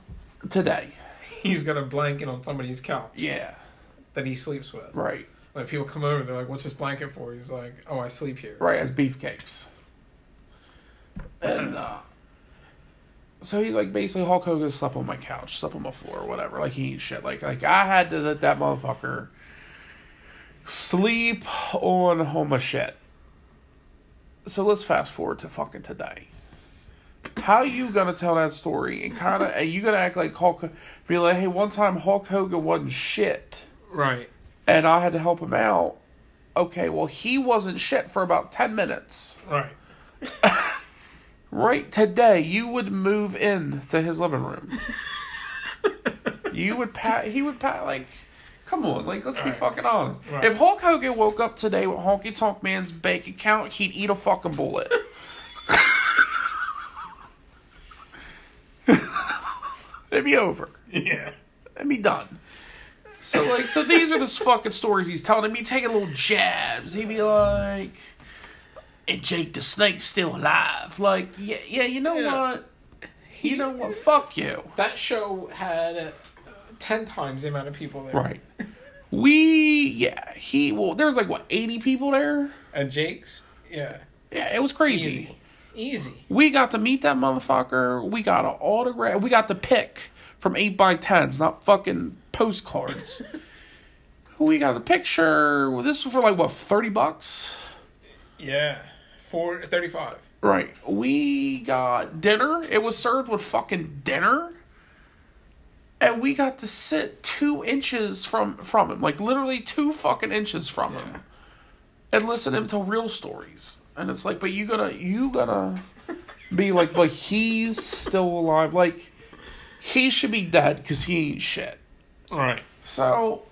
Speaker 1: Today.
Speaker 2: he's got a blanket on somebody's couch
Speaker 1: Yeah.
Speaker 2: that he sleeps with.
Speaker 1: Right.
Speaker 2: Like people come over, they're like, "What's this blanket for?" He's like, "Oh, I sleep here."
Speaker 1: Right, as beefcakes. And uh, so he's like basically Hulk Hogan slept on my couch, slept on my floor, or whatever. Like he ain't shit. Like like I had to let that motherfucker sleep on on my shit. So let's fast forward to fucking today. How you gonna tell that story and kind of and you gonna act like Hulk be like, hey, one time Hulk Hogan wasn't shit
Speaker 2: Right.
Speaker 1: and I had to help him out. Okay, well he wasn't shit for about ten minutes.
Speaker 2: Right.
Speaker 1: Right today, you would move in to his living room. you would pat. He would pat. Like, come on. Like, let's be
Speaker 2: Right.
Speaker 1: fucking honest.
Speaker 2: Right.
Speaker 1: If Hulk Hogan woke up today with Honky Tonk Man's bank account, he'd eat a fucking bullet. It'd be over.
Speaker 2: Yeah.
Speaker 1: It'd be done. So like, so these are the fucking stories he's telling. He'd be taking little jabs. He'd be like, "And Jake the Snake's still alive." Like, yeah, yeah. You know
Speaker 2: Yeah.
Speaker 1: what? You know what? Fuck you.
Speaker 2: That show had uh, ten times the amount of people there.
Speaker 1: Right. We yeah. He well, there was like what eighty people there.
Speaker 2: And Jake's. Yeah.
Speaker 1: Yeah, it was crazy.
Speaker 2: Easy. Easy.
Speaker 1: We got to meet that motherfucker. We got an autograph. We got the pick from 8 by 10s not fucking postcards. we got the picture. Well, this was for like, what, 30 bucks?
Speaker 2: Yeah. Four thirty-five.
Speaker 1: Right. We got dinner. It was served with fucking dinner. And we got to sit two inches from, from him, like literally two fucking inches from
Speaker 2: Yeah.
Speaker 1: him, and listen to him tell real stories. And it's like, but you gotta, you gotta be like, but he's still alive. Like, he should be dead because he ain't shit.
Speaker 2: Right.
Speaker 1: So,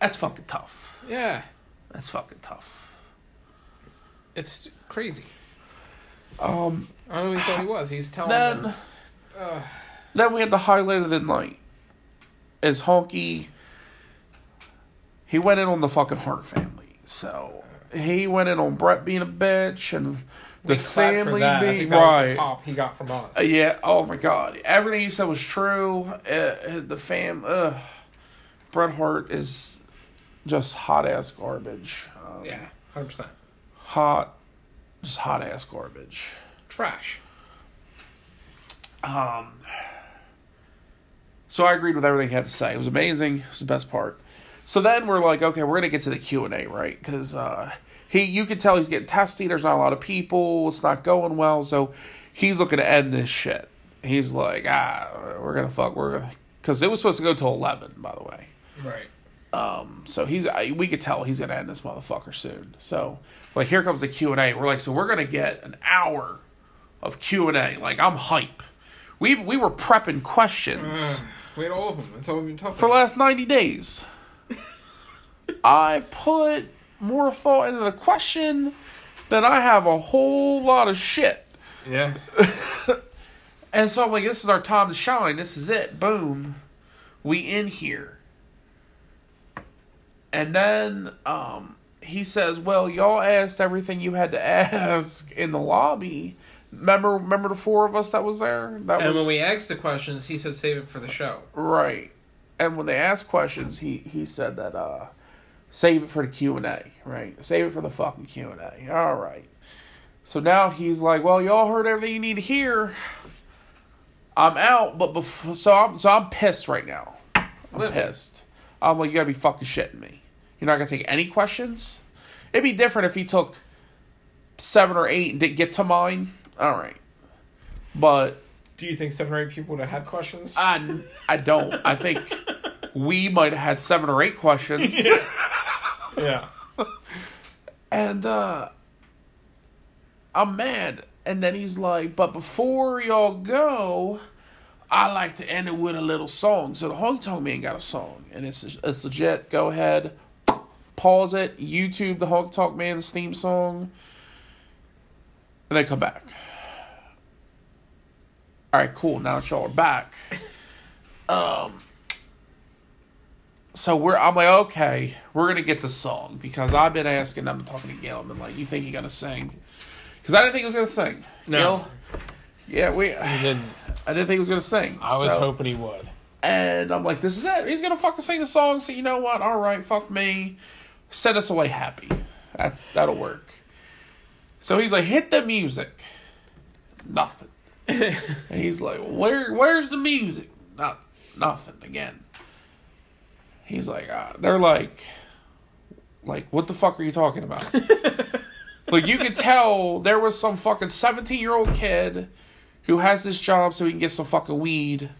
Speaker 1: that's fucking tough.
Speaker 2: Yeah.
Speaker 1: That's fucking tough.
Speaker 2: It's crazy.
Speaker 1: Um,
Speaker 2: I don't know who he thought he was. He's telling
Speaker 1: then.
Speaker 2: them. Ugh.
Speaker 1: Then we had the highlight of the night. Is Honky. He went in on the fucking Hart family. So he went in on Brett being a bitch and the
Speaker 2: clap for
Speaker 1: family
Speaker 2: that. I
Speaker 1: being
Speaker 2: think that was the
Speaker 1: right.
Speaker 2: pop he got from us.
Speaker 1: Uh, Yeah. Oh my God. Everything he said was true. Uh, Uh, the fam. Ugh. Bret Hart is just hot ass garbage. Um,
Speaker 2: Yeah. Hundred percent.
Speaker 1: Hot. Just hot ass garbage.
Speaker 2: Trash.
Speaker 1: Um, so I agreed with everything he had to say. It was amazing. It was the best part. So then we're like, okay, we're gonna get to the Q and A, right? Because uh, he, you could tell he's getting testy. There's not a lot of people. It's not going well. So he's looking to end this shit. He's like, ah, we're gonna fuck, we're gonna, because it was supposed to go till eleven, by the way.
Speaker 2: Right.
Speaker 1: Um, so he's I, we could tell he's gonna end this motherfucker soon. So like here comes the Q and A. We're like, so we're gonna get an hour of Q and A. Like I'm hype. We we were prepping questions
Speaker 2: We had all of them. That's all we've been talking
Speaker 1: for the
Speaker 2: about.
Speaker 1: last ninety days. I put more thought into the question than I have a whole lot of shit.
Speaker 2: Yeah.
Speaker 1: And so I'm like, this is our time to shine. This is it. Boom. We in here. And then um, he says, Well, y'all asked everything you had to ask in the lobby. Remember remember the four of us that was there? That
Speaker 2: And
Speaker 1: was
Speaker 2: when we asked the questions, he said save it for the show.
Speaker 1: right. And when they asked questions, he he said that uh save it for the Q&A, right? Save it for the fucking Q&A. All right. So now he's like, "Well, y'all heard everything you need to hear. I'm out, but before, so I'm so I'm pissed right now. I'm pissed. I'm like, you gotta be fucking shitting me. You're not gonna take any questions. It'd be different if he took seven or eight and didn't get to mine. All right, but
Speaker 2: Do you think seven or eight people would have had questions?
Speaker 1: I I don't. I think we might have had seven or eight questions.
Speaker 2: yeah.
Speaker 1: And uh I'm mad. And then he's like, but before y'all go, I like to end it with a little song. So the Honky Tonk Man got a song, and it's it's legit. Go ahead, pause it, YouTube the Honky Tonk Man's theme song, and then come back. All right, cool. Now that y'all are back, um, so we're I'm like, okay, we're gonna get the song because I've been asking. I'm talking to Gail. i been like, you think he gonna sing? Because I didn't think he was gonna sing.
Speaker 2: No.
Speaker 1: Gail, yeah, we. I didn't think he was gonna sing.
Speaker 2: I was
Speaker 1: so-
Speaker 2: hoping he would.
Speaker 1: and I'm like, this is it. He's gonna fucking sing the song. So you know what? All right, fuck me. Send us away happy. That's that'll work. So he's like, hit the music. Nothing. and he's like, where where's the music? Not nothing again. He's like, uh, they're like, like what the fuck are you talking about? like you could tell there was some fucking seventeen year old kid who has this job so he can get some fucking weed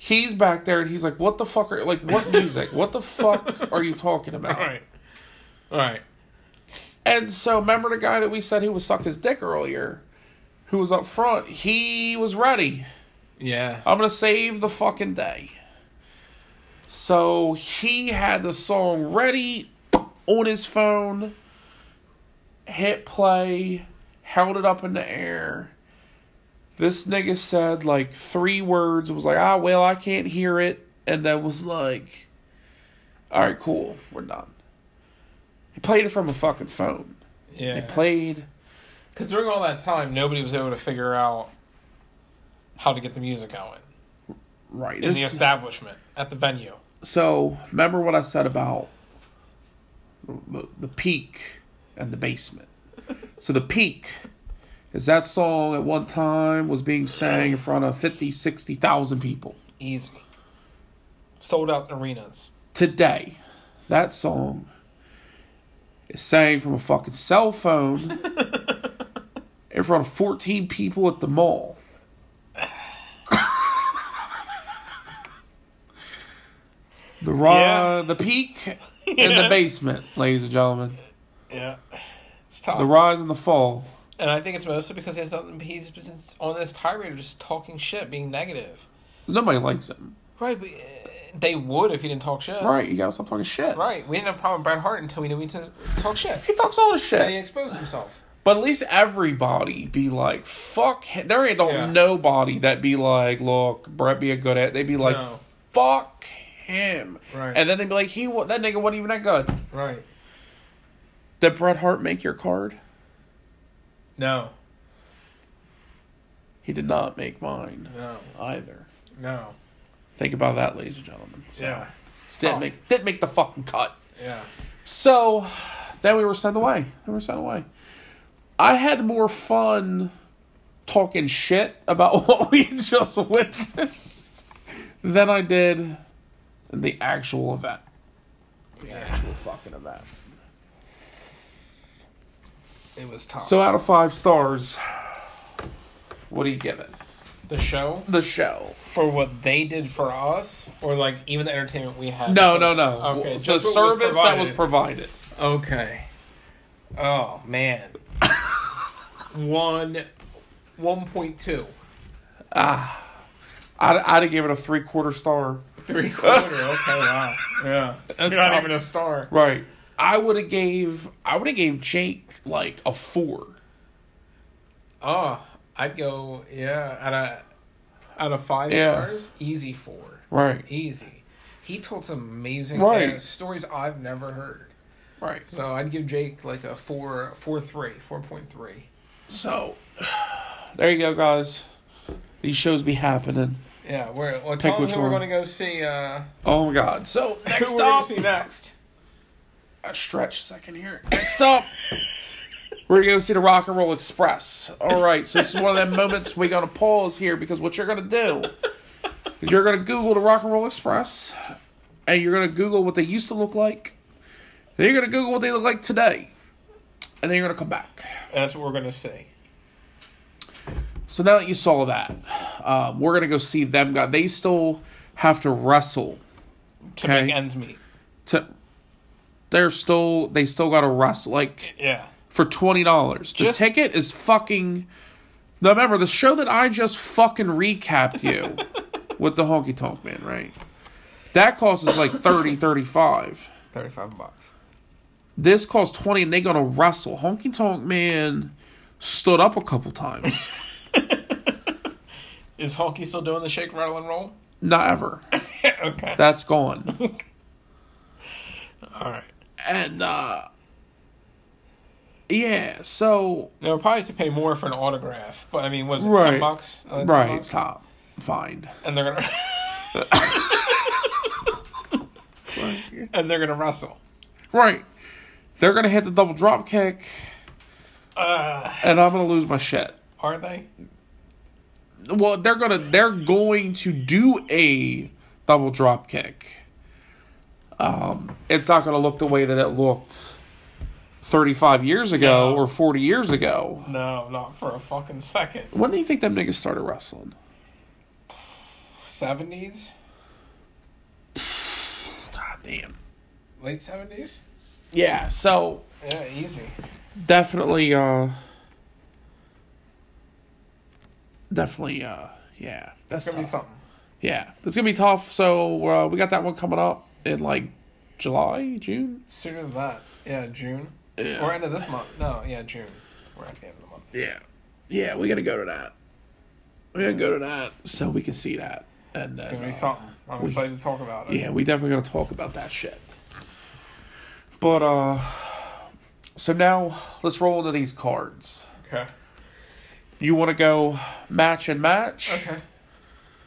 Speaker 1: he's back there and he's like, "What the fuck are like what music? what the fuck are you talking about?"
Speaker 2: All right. All right.
Speaker 1: And so remember the guy that we said who was suck his dick earlier, who was up front. He was ready.
Speaker 2: Yeah.
Speaker 1: I'm gonna save the fucking day. So he had the song ready on his phone, hit play, held it up in the air. This nigga said like three words, was like, ah, well, I can't hear it, and then was like, all right, cool, we're done. He played it from a fucking phone. He
Speaker 2: Yeah.
Speaker 1: played
Speaker 2: Because during all that time, nobody was able to figure out how to get the music going
Speaker 1: right.
Speaker 2: in the
Speaker 1: This-
Speaker 2: establishment at the venue.
Speaker 1: So remember what I said about the, the peak and the basement. So the peak is that song at one time was being sang in front of 50, 60,000 people.
Speaker 2: Easy. Sold out arenas.
Speaker 1: Today, that song is sang from a fucking cell phone in front of 14 people at the mall. the raw,
Speaker 2: Yeah.
Speaker 1: the peak in the basement, ladies and gentlemen.
Speaker 2: Yeah. It's tough.
Speaker 1: The rise and the fall.
Speaker 2: and I think it's mostly because he's, not, he's been on this tirade of just talking shit, being negative.
Speaker 1: Nobody likes him.
Speaker 2: Right, but uh, they would if he didn't talk shit.
Speaker 1: Right, you gotta stop talking shit.
Speaker 2: Right. We didn't have a problem with Bret Hart until we knew we to talk shit.
Speaker 1: He talks all the
Speaker 2: And he
Speaker 1: shit.
Speaker 2: exposed himself.
Speaker 1: But at least everybody be like, fuck him. There ain't no
Speaker 2: Yeah.
Speaker 1: nobody that be like, look, Brett be a good at. They be like,
Speaker 2: No.
Speaker 1: fuck him.
Speaker 2: Right.
Speaker 1: And then they be like, he wa- that nigga wasn't even that good.
Speaker 2: Right.
Speaker 1: Did Bret Hart make your card?
Speaker 2: No.
Speaker 1: He did not make mine
Speaker 2: No.
Speaker 1: either.
Speaker 2: No.
Speaker 1: Think about that, ladies and gentlemen. So,
Speaker 2: Yeah. Oh.
Speaker 1: Didn't make didn't make the fucking cut.
Speaker 2: Yeah.
Speaker 1: So then we were sent away. Then we were sent away. I had more fun talking shit about what we just witnessed than I did in the actual event. The actual fucking event.
Speaker 2: It was tough.
Speaker 1: So out of five stars, What do you give it?
Speaker 2: The show
Speaker 1: The show.
Speaker 2: for what they did for us, or like even the entertainment we had.
Speaker 1: No, no, no.
Speaker 2: Okay,
Speaker 1: the
Speaker 2: just what was
Speaker 1: service that was
Speaker 2: provided.
Speaker 1: provided.
Speaker 2: Okay. Oh man. one, one point two,
Speaker 1: I'd, I'd give it a three quarter star.
Speaker 2: three quarter. okay, wow. Yeah, that's not
Speaker 1: tough.
Speaker 2: even a star.
Speaker 1: Right. I would have gave I would have gave Jake like a four.
Speaker 2: Oh, I'd go yeah out of out of five
Speaker 1: Yeah.
Speaker 2: stars, easy four,
Speaker 1: Right.
Speaker 2: easy. He told some amazing
Speaker 1: Right.
Speaker 2: uh, stories I've never heard.
Speaker 1: Right.
Speaker 2: So I'd give Jake like a four, four three, four point three.
Speaker 1: So there you go, guys. These shows be happening.
Speaker 2: Yeah, we're well,
Speaker 1: Pick
Speaker 2: tell them
Speaker 1: which
Speaker 2: who we're
Speaker 1: one.
Speaker 2: going to go see. Uh,
Speaker 1: Oh my god. So next
Speaker 2: who we're going
Speaker 1: up
Speaker 2: to see next?
Speaker 1: I stretch a second here. Next up We're gonna go see the Rock and Roll Express. Alright, so this is one of them moments we're gonna pause here because what you're gonna do is you're gonna Google the Rock and Roll Express and you're gonna Google what they used to look like. Then you're gonna Google what they look like today. And then you're gonna come back.
Speaker 2: That's what we're going to see.
Speaker 1: So now that you saw that, um, we're gonna go see them. Guys, they still have to wrestle.
Speaker 2: To
Speaker 1: Okay.
Speaker 2: make ends meet.
Speaker 1: To they're still they still gotta wrestle like
Speaker 2: Yeah.
Speaker 1: for twenty dollars. The
Speaker 2: Just-
Speaker 1: ticket is fucking. Now remember the show that I just fucking recapped you with the honky tonk man, right? That cost us like 30, 35.
Speaker 2: 35 bucks.
Speaker 1: This cost twenty, and they gonna wrestle. Honky tonk man stood up a couple times.
Speaker 2: Is Honky still doing the shake, rattle, and roll?
Speaker 1: Not ever.
Speaker 2: okay.
Speaker 1: That's gone.
Speaker 2: All right.
Speaker 1: and uh yeah so
Speaker 2: Now, we'll probably have to pay more for an autograph, but I mean, what is it,
Speaker 1: Right.
Speaker 2: 10 bucks? Uh, 10
Speaker 1: right
Speaker 2: bucks?
Speaker 1: top fine
Speaker 2: And they're going to. And they're gonna wrestle.
Speaker 1: right they're gonna hit the double drop kick
Speaker 2: Uh,
Speaker 1: and i'm gonna lose my shit
Speaker 2: are they?
Speaker 1: well they're gonna they're going to do a double drop kick um it's not gonna look the way that it looked 35 years ago
Speaker 2: No.
Speaker 1: or 40 years ago
Speaker 2: No, not for a fucking second.
Speaker 1: when do you think them niggas started wrestling
Speaker 2: Seventies,
Speaker 1: god damn
Speaker 2: late seventies.
Speaker 1: yeah so
Speaker 2: Yeah, easy.
Speaker 1: definitely uh definitely uh yeah that's
Speaker 2: It's gonna be
Speaker 1: tough.
Speaker 2: something.
Speaker 1: yeah it's gonna be tough so uh, we got that one coming up in like july june
Speaker 2: Sooner than that. Yeah, June.
Speaker 1: Yeah.
Speaker 2: Or end of this month. No, yeah, June. We're at the end of the month.
Speaker 1: yeah yeah we gotta go to that we gotta go to that so we can see that and
Speaker 2: It's
Speaker 1: then
Speaker 2: gonna be
Speaker 1: uh,
Speaker 2: something. I'm excited to talk about it.
Speaker 1: yeah we definitely gotta talk about that shit but uh so now let's roll into these cards
Speaker 2: Okay.
Speaker 1: you want to go match and match
Speaker 2: Okay.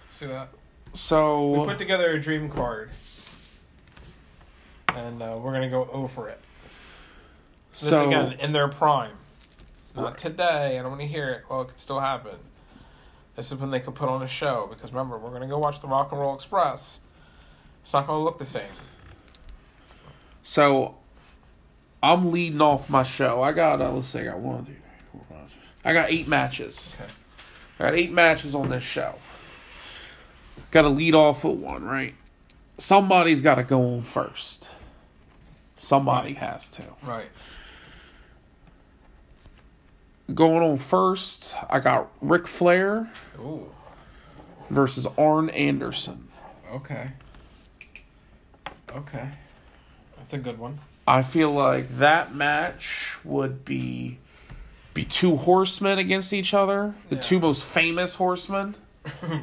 Speaker 2: Let's do that.
Speaker 1: so
Speaker 2: We put together a dream card. And uh, we're gonna go over it. This
Speaker 1: so
Speaker 2: again in their prime. Not today. I don't want to hear it. Well, it could still happen. This is when they could put on a show because remember we're gonna go watch the Rock and Roll Express. It's not gonna look the same.
Speaker 1: So I'm leading off my show. I got uh, let's see, I got one, two, three, four, five. six. I got eight matches.
Speaker 2: Okay.
Speaker 1: I got eight matches on this show. Got to lead off with one, right? Somebody's got to go on first. Somebody has to.
Speaker 2: Right.
Speaker 1: Going on first, I got Ric Flair
Speaker 2: Ooh.
Speaker 1: versus Arn Anderson.
Speaker 2: Okay. Okay. That's a good one.
Speaker 1: I feel like that match would be be two horsemen against each other, the
Speaker 2: Yeah.
Speaker 1: two most famous horsemen.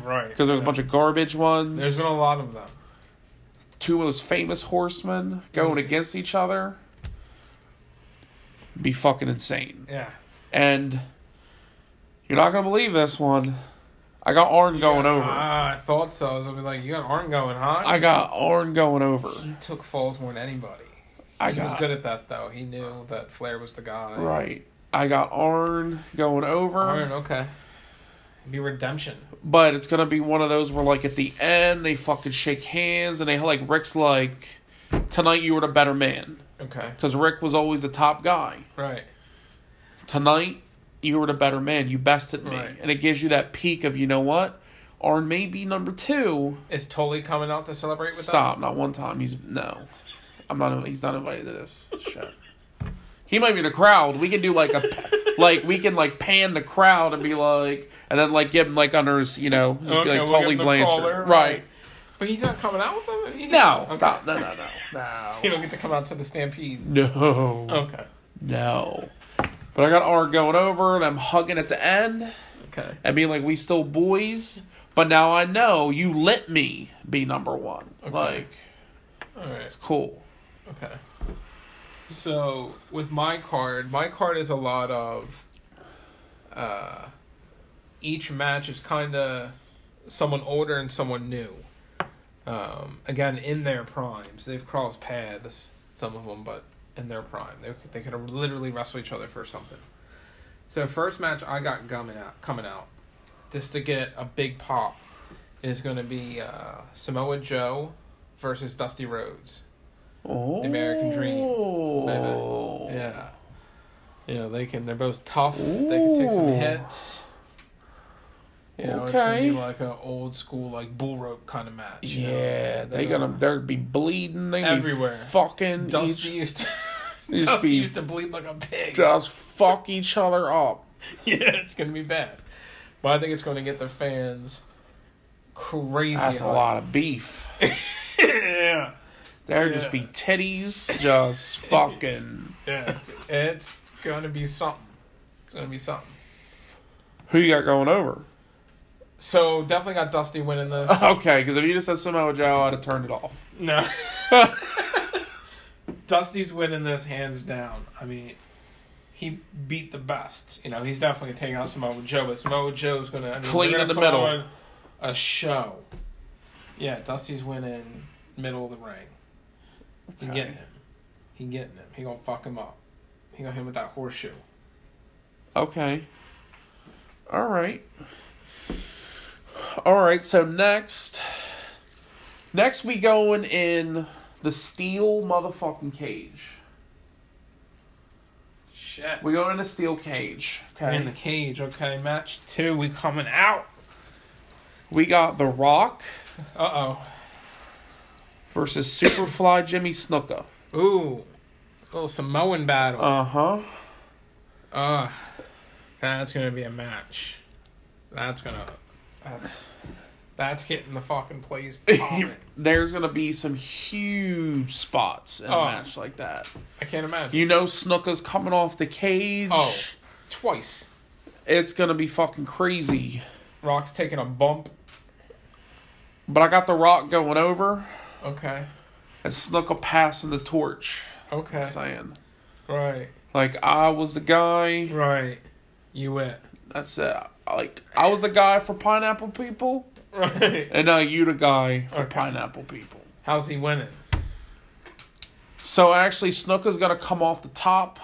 Speaker 2: right.
Speaker 1: because there's a bunch of garbage ones.
Speaker 2: There's been a lot of them.
Speaker 1: Two of those famous horsemen going against each other. Be fucking insane.
Speaker 2: Yeah.
Speaker 1: And you're not gonna believe this one. I got Arn going over.
Speaker 2: Ah, I thought so. I was gonna be like, you got Arn going, huh?
Speaker 1: I got Arn going over.
Speaker 2: He took falls more than anybody.
Speaker 1: I
Speaker 2: He was
Speaker 1: got
Speaker 2: good at that though. He knew that Flair was the guy.
Speaker 1: right. I got Arn going over.
Speaker 2: Arn, okay. It'd be redemption.
Speaker 1: But it's gonna be one of those where like at the end they fucking shake hands and they like Rick's like tonight you were the better man
Speaker 2: Okay.
Speaker 1: because Rick was always the top guy.
Speaker 2: Right.
Speaker 1: Tonight you were the better man. You bested me,
Speaker 2: Right.
Speaker 1: and it gives you that peak of you know what, or maybe number two.
Speaker 2: Is Tully coming out to celebrate with
Speaker 1: Stop! Not one time. He's no. I'm not. He's not invited to this show. He might be in the crowd. We can do like a, like we can like pan the crowd and be like, and then like give him like under his, you know, just
Speaker 2: Okay,
Speaker 1: be like
Speaker 2: we'll give
Speaker 1: Tully
Speaker 2: him the
Speaker 1: Blanchard,
Speaker 2: collar.
Speaker 1: right?
Speaker 2: that? But he's not coming out with them? He
Speaker 1: No,
Speaker 2: doesn't-
Speaker 1: stop! No, no,
Speaker 2: He
Speaker 1: no,
Speaker 2: don't get to come out to the Stampede.
Speaker 1: no, no.
Speaker 2: Okay. Oh.
Speaker 1: No. But I got R going over and I'm hugging at the end
Speaker 2: Okay.
Speaker 1: and being like, we still boys. But now I know you let me be number one. Like,
Speaker 2: All right.
Speaker 1: it's cool.
Speaker 2: Okay. So with my card, my card is a lot of. Uh, each match is kind of someone older and someone new. Um, again, in their primes, they've crossed paths. Some of them, but in their prime, they could- they could have literally wrestled each other for something. So first match I got coming out, coming out, just to get a big pop, is going to be uh, Samoa Joe versus Dusty Rhodes.
Speaker 1: Oh.
Speaker 2: American Dream, Yeah. Yeah, they can. They're both tough. They can take some
Speaker 1: Ooh.
Speaker 2: hits. You know, it's gonna be
Speaker 1: Okay.
Speaker 2: like an old school, like bull rope kind of match. you know?
Speaker 1: Yeah, they gonna they'd be bleeding. They
Speaker 2: Everywhere.
Speaker 1: be fucking
Speaker 2: Dusty
Speaker 1: each,
Speaker 2: used to.
Speaker 1: These
Speaker 2: Dusty
Speaker 1: be-
Speaker 2: used to bleed like a pig.
Speaker 1: just fuck each other up.
Speaker 2: yeah, it's gonna be bad. But I think it's gonna get the fans crazy.
Speaker 1: That's a
Speaker 2: hot.
Speaker 1: lot of beef.
Speaker 2: yeah,
Speaker 1: There'd just be
Speaker 2: Yeah.
Speaker 1: titties, just fucking.
Speaker 2: yeah. It's gonna be something. It's gonna be something.
Speaker 1: Who you got going over?
Speaker 2: So definitely got Dusty winning this.
Speaker 1: Okay, because if you just said Samoa Joe, I'd have turned it off.
Speaker 2: No. Dusty's winning this hands down. I mean, he beat the best. You know, he's definitely taking out Samoa Joe, but Samoa Joe's going to I mean,
Speaker 1: Clean
Speaker 2: they're
Speaker 1: in the
Speaker 2: gonna put
Speaker 1: middle.
Speaker 2: on A show. Yeah, Dusty's winning middle of the ring. He
Speaker 1: Okay.
Speaker 2: getting him. He getting him. He gonna fuck him up. He gonna hit him with that horseshoe.
Speaker 1: Okay. All right. All right. So next, next we going in the steel motherfucking cage.
Speaker 2: Shit.
Speaker 1: We going in the steel cage.
Speaker 2: In the
Speaker 1: Okay.
Speaker 2: cage. Okay, match two. We coming out.
Speaker 1: We got The Rock
Speaker 2: Uh oh.
Speaker 1: versus Superfly Jimmy Snuka.
Speaker 2: Ooh. Little Samoan battle.
Speaker 1: Uh huh.
Speaker 2: Ah, that's gonna be a match. That's gonna. That's. That's getting the fucking place. popping.
Speaker 1: There's gonna be some huge spots in
Speaker 2: Oh.
Speaker 1: a match like that.
Speaker 2: I can't imagine.
Speaker 1: You know, Snuka's coming off the cage.
Speaker 2: Oh, twice.
Speaker 1: It's gonna be fucking crazy.
Speaker 2: Rock's taking a bump.
Speaker 1: But I got The Rock going over.
Speaker 2: Okay.
Speaker 1: and snuck a pass in the torch,
Speaker 2: Okay.
Speaker 1: saying
Speaker 2: Right.
Speaker 1: like I was the guy.
Speaker 2: Right. You it.
Speaker 1: That's it. Like I was the guy for pineapple people,
Speaker 2: Right.
Speaker 1: and now you the guy for
Speaker 2: Okay.
Speaker 1: pineapple people.
Speaker 2: How's he winning?
Speaker 1: So actually, Snooker's gonna come off the top,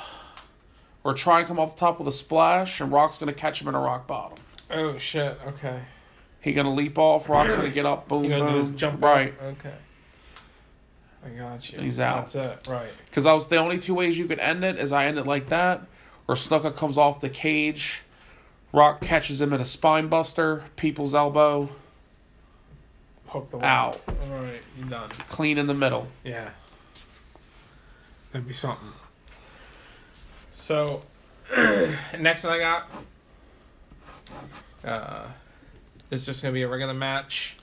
Speaker 1: or try and come off the top with a splash, and Rock's gonna catch him in a rock bottom.
Speaker 2: Oh shit. Okay.
Speaker 1: He gonna leap off. Rock's gonna get up. Boom,
Speaker 2: You gonna do
Speaker 1: boom.
Speaker 2: his jump
Speaker 1: right.
Speaker 2: up? Okay. I got you.
Speaker 1: He's out.
Speaker 2: That's it. Right.
Speaker 1: Because I was the only two ways you could end it is I end it like that, or Snuka comes off the cage, Rock catches him in a spine buster, people's elbow,
Speaker 2: Hook the wall.
Speaker 1: out,
Speaker 2: All right. You done.
Speaker 1: clean in the middle.
Speaker 2: Yeah. That'd be something. So, next one I got. Uh, it's just gonna be a regular match.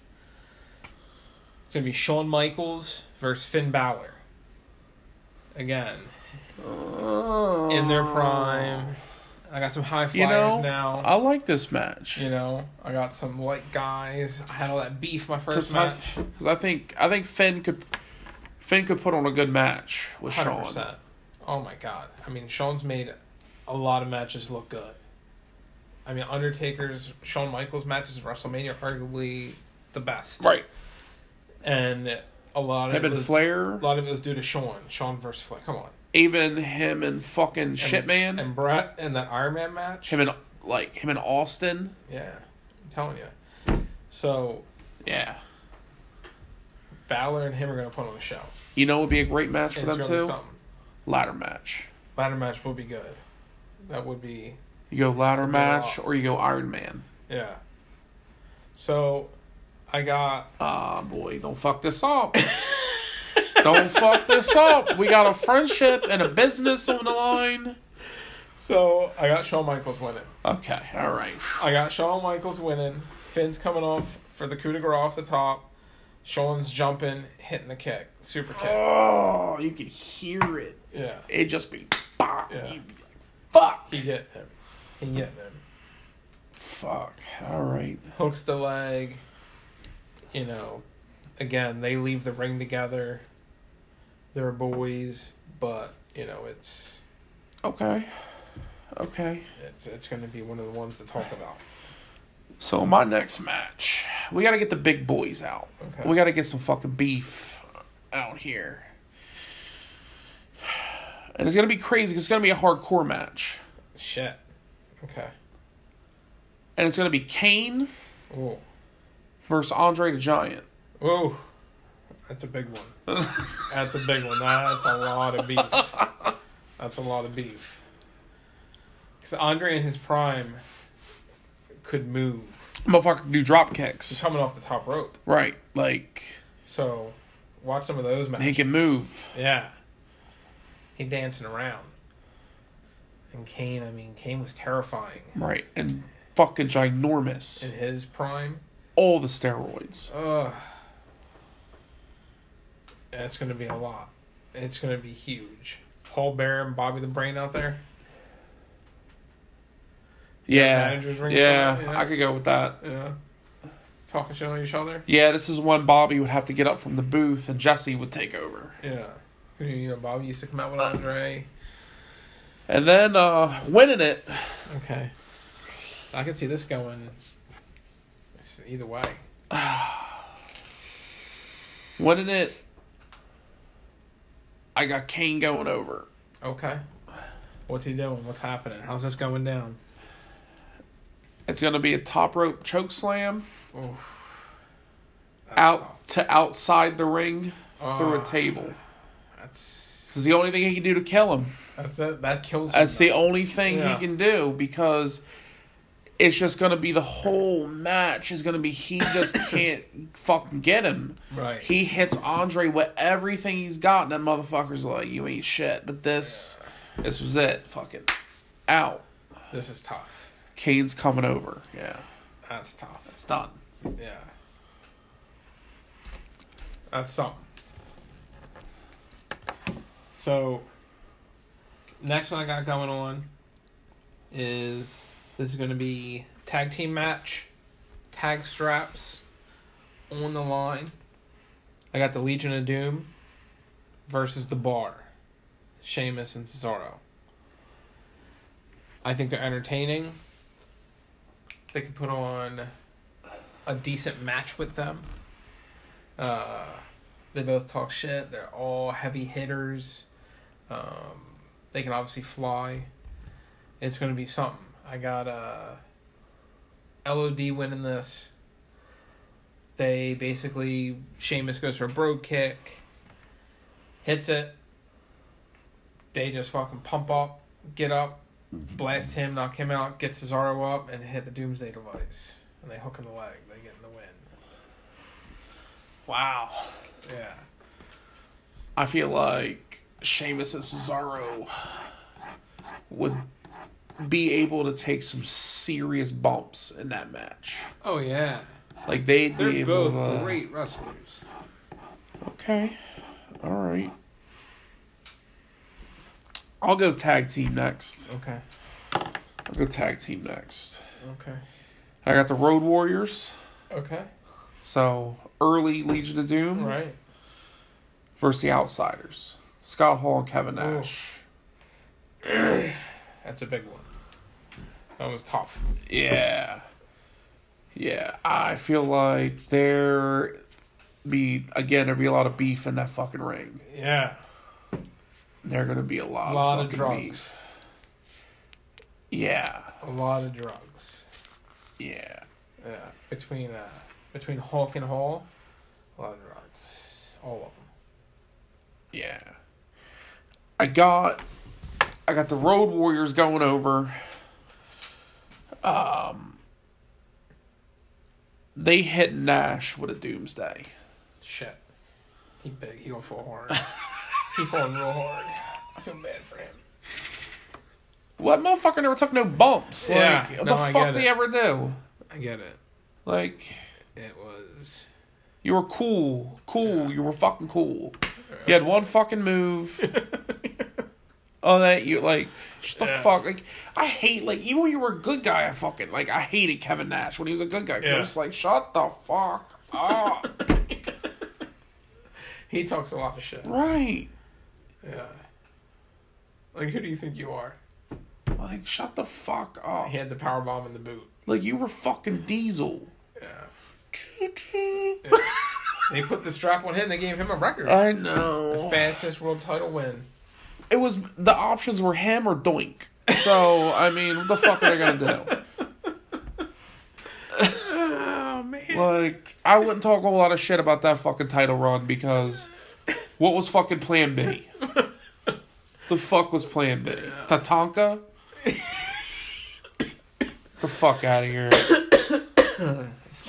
Speaker 2: It's gonna be Shawn Michaels versus Finn Balor. Again,
Speaker 1: Oh.
Speaker 2: in their prime. I got some high flyers
Speaker 1: You know,
Speaker 2: now.
Speaker 1: I like this match
Speaker 2: you know, I got some light guys. I had all that beef my first
Speaker 1: because I,
Speaker 2: match.
Speaker 1: 'cause I think I think Finn could Finn could put on a good match with
Speaker 2: Hundred
Speaker 1: Sean.
Speaker 2: percent. Oh my god! I mean, Sean's made a lot of matches look good. I mean, Undertaker's Shawn Michaels matches at WrestleMania arguably the best,
Speaker 1: Right,
Speaker 2: And a lot of
Speaker 1: him
Speaker 2: it
Speaker 1: and
Speaker 2: was,
Speaker 1: Flair,
Speaker 2: a lot of it was due to Sean, Sean versus Flair. Come on,
Speaker 1: even him and fucking Shitman,
Speaker 2: and Brett and that Iron Man match.
Speaker 1: him and like him and Austin.
Speaker 2: yeah, I'm telling you. So
Speaker 1: Yeah,
Speaker 2: Balor and him are gonna put on a show.
Speaker 1: you know it would be a great match for
Speaker 2: It's gonna
Speaker 1: them
Speaker 2: be
Speaker 1: too.
Speaker 2: something.
Speaker 1: Ladder match.
Speaker 2: Ladder match will be good. That would be
Speaker 1: You go ladder match
Speaker 2: Raw.
Speaker 1: or you go Iron Man.
Speaker 2: Yeah. So, I got
Speaker 1: Ah, boy, don't fuck this up. don't fuck this up. We got a friendship and a business on the line.
Speaker 2: so I got Shawn Michaels winning.
Speaker 1: Okay, all right.
Speaker 2: I got Shawn Michaels winning. Finn's coming off for the coup de grace off the top. Shawn's jumping, hitting the kick, super kick.
Speaker 1: Oh, you can hear it.
Speaker 2: Yeah,
Speaker 1: It just be, bop.
Speaker 2: Yeah.
Speaker 1: You'd be like, fuck,
Speaker 2: he hit him. He hit him.
Speaker 1: fuck. All right.
Speaker 2: Hooks the leg. You know, again they leave the ring together. They're boys, but you know it's
Speaker 1: Okay. Okay.
Speaker 2: it's it's going to be one of the ones to talk about.
Speaker 1: So my next match, we got to get the big boys out.
Speaker 2: Okay.
Speaker 1: We got to get some fucking beef out here. And it's gonna be crazy. 'cause It's gonna be a hardcore match,
Speaker 2: Shit. Okay.
Speaker 1: and it's gonna be Kane
Speaker 2: Ooh.
Speaker 1: versus Andre the Giant.
Speaker 2: Ooh. That's a big one. That's a big one. That's a lot of beef. That's a lot of beef. Because Andre in his prime could move.
Speaker 1: Motherfucker can do drop
Speaker 2: He's
Speaker 1: kicks,
Speaker 2: coming off the top rope.
Speaker 1: right? Like
Speaker 2: So watch some of those
Speaker 1: he
Speaker 2: matches.
Speaker 1: can move.
Speaker 2: Yeah. He dancing around. And Kane, I mean, Kane was terrifying
Speaker 1: Right, and fucking
Speaker 2: in
Speaker 1: ginormous.
Speaker 2: his prime.
Speaker 1: All the steroids.
Speaker 2: Ugh. That's going to be a lot. It's going to be huge. Paul Bear and Bobby the Brain out there.
Speaker 1: Yeah,
Speaker 2: managers ring side,
Speaker 1: yeah,
Speaker 2: yeah.
Speaker 1: I could go with that.
Speaker 2: Yeah. Talking shit on each other.
Speaker 1: Yeah, this is when Bobby would have to get up from the booth and Jesse would take over.
Speaker 2: Yeah. You know, Bobby used to come out with Andre.
Speaker 1: And then uh winning it,
Speaker 2: Okay. I could see this going it's either way.
Speaker 1: winning it, I got Kane going over.
Speaker 2: Okay. What's he doing? What's happening? How's this going down?
Speaker 1: It's gonna be a top rope choke slam
Speaker 2: Oof. That's tough.
Speaker 1: out to outside the ring through
Speaker 2: Ah.
Speaker 1: a table. This
Speaker 2: That's
Speaker 1: is the only thing he can do to kill him.
Speaker 2: that's it. That kills.
Speaker 1: That's
Speaker 2: him,
Speaker 1: the only thing
Speaker 2: Yeah.
Speaker 1: he can do because it's just gonna be the whole match is gonna be he just can't fucking get him.
Speaker 2: though. right.
Speaker 1: He hits Andre with everything he's got, and that motherfucker's like, "You ain't shit." But this, this was it. Fucking out.
Speaker 2: this is tough.
Speaker 1: Kane's coming over. Yeah,
Speaker 2: That's tough.
Speaker 1: it's done.
Speaker 2: Yeah. That's something. So, next one I got going on is this is going to be tag team match, tag straps on the line. I got the Legion of Doom versus the Bar, Sheamus and Cesaro. I think they're entertaining. They could put on a decent match with them. Uh, they both talk shit. They're all heavy hitters. Um, they can obviously fly. It's going to be something. I got uh, LOD winning this. They basically, Sheamus goes for a broad kick, hits it. They just fucking pump up, get up, blast him, knock him out, get Cesaro up, and hit the Doomsday device. And they hook in the leg. They get in the win.
Speaker 1: Wow.
Speaker 2: Yeah.
Speaker 1: I feel like Sheamus and Cesaro would be able to take some serious bumps in that match.
Speaker 2: Oh yeah.
Speaker 1: Like they'd
Speaker 2: They're
Speaker 1: be able
Speaker 2: both
Speaker 1: to.
Speaker 2: great wrestlers.
Speaker 1: Okay. All right. I'll go tag team next.
Speaker 2: Okay.
Speaker 1: I'll go tag team next.
Speaker 2: Okay.
Speaker 1: I got the Road Warriors.
Speaker 2: Okay.
Speaker 1: So early Legion of Doom
Speaker 2: Right.
Speaker 1: versus the Outsiders. Scott Hall and Kevin
Speaker 2: Ooh.
Speaker 1: Nash.
Speaker 2: That's a big one. That was tough.
Speaker 1: Yeah. Yeah. I feel like there be again there'd be a lot of beef in that fucking ring.
Speaker 2: Yeah.
Speaker 1: There gonna be a lot,
Speaker 2: A lot
Speaker 1: of,
Speaker 2: of
Speaker 1: fucking
Speaker 2: drugs.
Speaker 1: beef. Yeah.
Speaker 2: A lot of drugs.
Speaker 1: Yeah.
Speaker 2: Yeah. Between uh between Hulk and Hall, a lot of drugs. All of them.
Speaker 1: Yeah. I got I got the Road Warriors going over um, they hit Nash with a doomsday.
Speaker 2: Shit. He big. He going full hard. he going real hard. I feel bad for him.
Speaker 1: What motherfucker never took no bumps? Like,
Speaker 2: Yeah,
Speaker 1: what
Speaker 2: no,
Speaker 1: the
Speaker 2: I
Speaker 1: fuck
Speaker 2: get
Speaker 1: did
Speaker 2: it.
Speaker 1: he ever do?
Speaker 2: I get it.
Speaker 1: Like,
Speaker 2: It was.
Speaker 1: you were cool, cool. You were fucking cool. You had one fucking move. Oh, that you like shut the
Speaker 2: Yeah.
Speaker 1: fuck like I hate like even when you were a good guy I fucking like I hated Kevin Nash when he was a good guy 'cause I
Speaker 2: Yeah.
Speaker 1: was just like shut the fuck up
Speaker 2: He talks a lot of shit.
Speaker 1: right
Speaker 2: Yeah. Like, who do you think you are?
Speaker 1: like shut the fuck up
Speaker 2: He had the power bomb in the boot.
Speaker 1: like you were fucking Diesel
Speaker 2: Yeah. They put the strap on him. They gave him a record.
Speaker 1: I know
Speaker 2: Fastest world title win.
Speaker 1: it was the options were him or Doink so I mean what the fuck are they gonna do.
Speaker 2: Oh man.
Speaker 1: Like, I wouldn't talk a whole lot of shit about that fucking title run because what was fucking plan B? The fuck was plan B? Tatanka? the fuck out of here.
Speaker 2: it's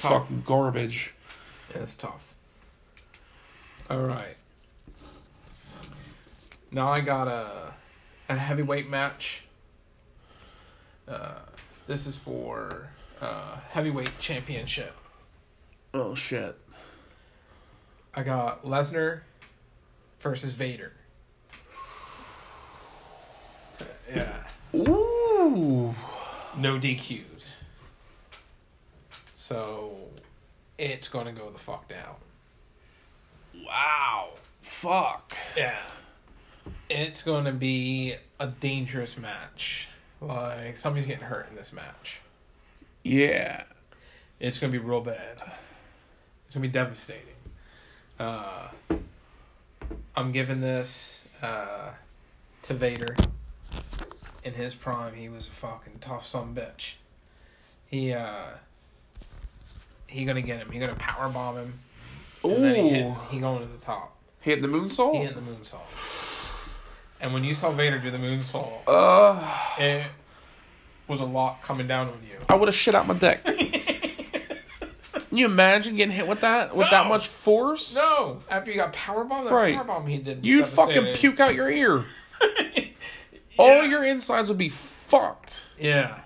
Speaker 2: tough.
Speaker 1: fucking garbage.
Speaker 2: It's tough. All right. Now I got a a heavyweight match. Uh, this is for uh, heavyweight championship.
Speaker 1: Oh shit.
Speaker 2: I got Lesnar versus Vader. Yeah.
Speaker 1: Ooh.
Speaker 2: No DQs. So it's gonna go the fuck down.
Speaker 1: Wow. Fuck.
Speaker 2: Yeah. It's going to be a dangerous match. Like, somebody's getting hurt in this match.
Speaker 1: Yeah.
Speaker 2: It's going to be real bad. It's going to be devastating. Uh, I'm giving this uh, to Vader. In his prime, he was a fucking tough son of a bitch. He, uh, he gonna get him. He gonna power bomb him. And then he, hit,
Speaker 1: Ooh.
Speaker 2: he going to the top.
Speaker 1: Hit the moonsault?
Speaker 2: He hit the moonsault. And when you saw Vader do the moonsault,
Speaker 1: Uh,
Speaker 2: it was a lot coming down on you.
Speaker 1: I would have shit out my dick. Can you imagine getting hit with that? With that
Speaker 2: No.
Speaker 1: much force?
Speaker 2: No, after you got powerbomb, that
Speaker 1: Right.
Speaker 2: powerbomb he did. was
Speaker 1: You'd fucking
Speaker 2: devastating.
Speaker 1: puke out your ear. All your insides would be fucked.
Speaker 2: Yeah,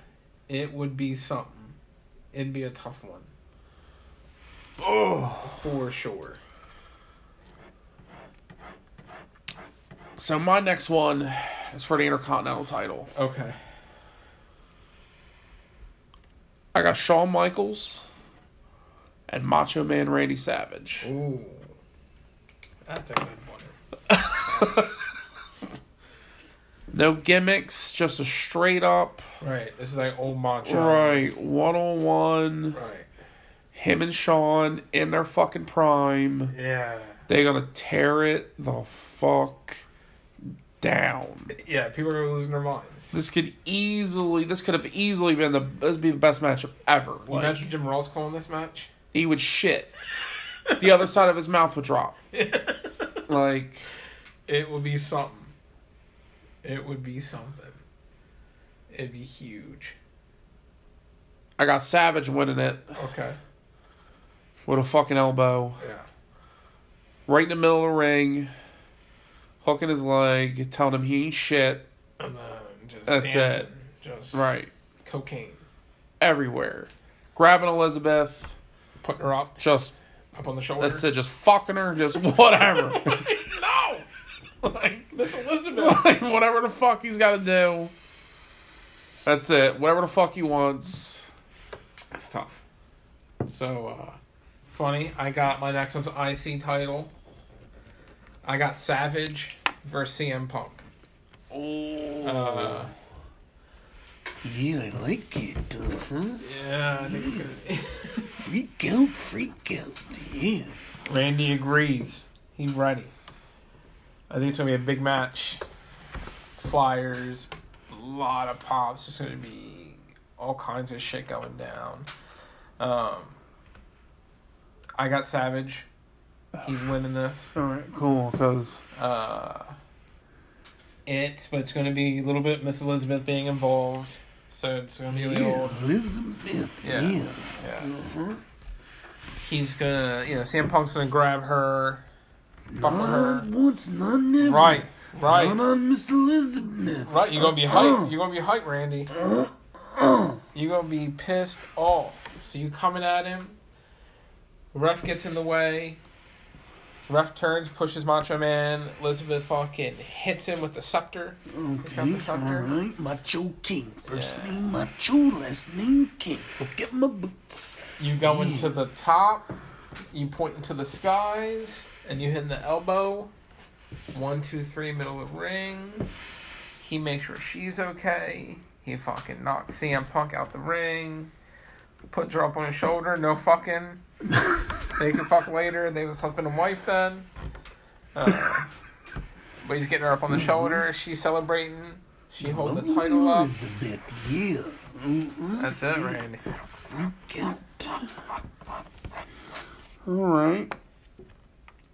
Speaker 2: it would be something. It'd be a tough one
Speaker 1: Oh.
Speaker 2: for sure.
Speaker 1: So my next one is for the Intercontinental title.
Speaker 2: Okay.
Speaker 1: I got Shawn Michaels and Macho Man Randy Savage.
Speaker 2: Ooh, that's a good one.
Speaker 1: No gimmicks, just a straight up
Speaker 2: Right. This is like old macho.
Speaker 1: right one on one.
Speaker 2: Right.
Speaker 1: Him and Shawn in their fucking prime.
Speaker 2: Yeah.
Speaker 1: They gonna tear it the fuck down.
Speaker 2: Yeah. People are losing their minds.
Speaker 1: This could easily, this could have easily been the this would be the best matchup ever.
Speaker 2: You
Speaker 1: Like,
Speaker 2: imagine Jim Ross calling this match.
Speaker 1: he would shit. the other side of his mouth would drop. like,
Speaker 2: It would be something. It would be something. It'd be huge.
Speaker 1: I got Savage winning it
Speaker 2: Okay.
Speaker 1: with a fucking elbow
Speaker 2: Yeah.
Speaker 1: right in the middle of the ring, hooking his leg, telling him he ain't shit.
Speaker 2: And then just
Speaker 1: That's
Speaker 2: dancing. Just
Speaker 1: Right,
Speaker 2: cocaine.
Speaker 1: everywhere, grabbing Elizabeth,
Speaker 2: Putting her up
Speaker 1: just
Speaker 2: up on the shoulder.
Speaker 1: that's it, just fucking her, just whatever,
Speaker 2: no! Like Miss Elizabeth.
Speaker 1: Like, whatever the fuck he's got to do. That's it. Whatever the fuck he wants.
Speaker 2: That's tough. So uh funny, I got my next one's IC title. I got Savage versus CM Punk.
Speaker 1: Oh,
Speaker 2: Uh,
Speaker 1: yeah, I like it. Uh-huh.
Speaker 2: yeah, I think it's gonna
Speaker 1: Freak out, freak out. Yeah.
Speaker 2: Randy agrees. He's ready. I think it's gonna be a big match. Flyers, a lot of pops. It's gonna be all kinds of shit going down. Um, I got Savage. He's winning this.
Speaker 1: All right, cool. Cause
Speaker 2: Uh, it's but it's gonna be a little bit Miss Elizabeth being involved. So it's gonna be a little.
Speaker 1: Elizabeth.
Speaker 2: Yeah. Yeah. He's gonna, you know, CM Punk's gonna grab her, fuck with her.
Speaker 1: once, not never.
Speaker 2: Right, right,
Speaker 1: on Miss Elizabeth.
Speaker 2: right. You're gonna be hype. You're gonna be hype, Randy. You're gonna be pissed off. So you coming at him. Ref gets in the way. Ref turns, pushes Macho Man. Elizabeth fucking hits him with the scepter. got the
Speaker 3: Okay,
Speaker 2: sucker.
Speaker 3: alright. Macho King. First
Speaker 2: Yeah.
Speaker 3: name Macho, last name King. Go get my boots.
Speaker 2: You going to the top, you pointing to the skies, and you hitting the elbow. One, two, three, middle of the ring. He makes sure she's okay. He fucking knocks CM Punk out the ring. Puts her up on his shoulder, no fucking. they can fuck later. They was husband and wife then. Uh, but he's getting her up on the shoulder. She's celebrating. She holds the title up.
Speaker 3: Elizabeth, yeah. Mm-hmm.
Speaker 2: That's it, Randy.
Speaker 3: Get
Speaker 1: All right.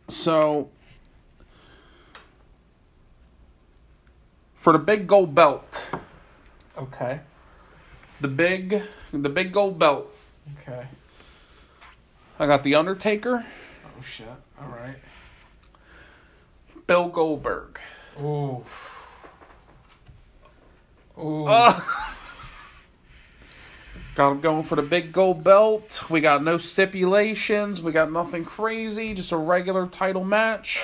Speaker 1: So, for the big gold belt,
Speaker 2: Okay.
Speaker 1: the big, the big gold belt,
Speaker 2: Okay.
Speaker 1: I got the Undertaker,
Speaker 2: Oh shit. All right.
Speaker 1: Bill Goldberg.
Speaker 2: Ooh. Ooh.
Speaker 1: Got him going for the big gold belt. We got no stipulations. We got nothing crazy. Just a regular title match.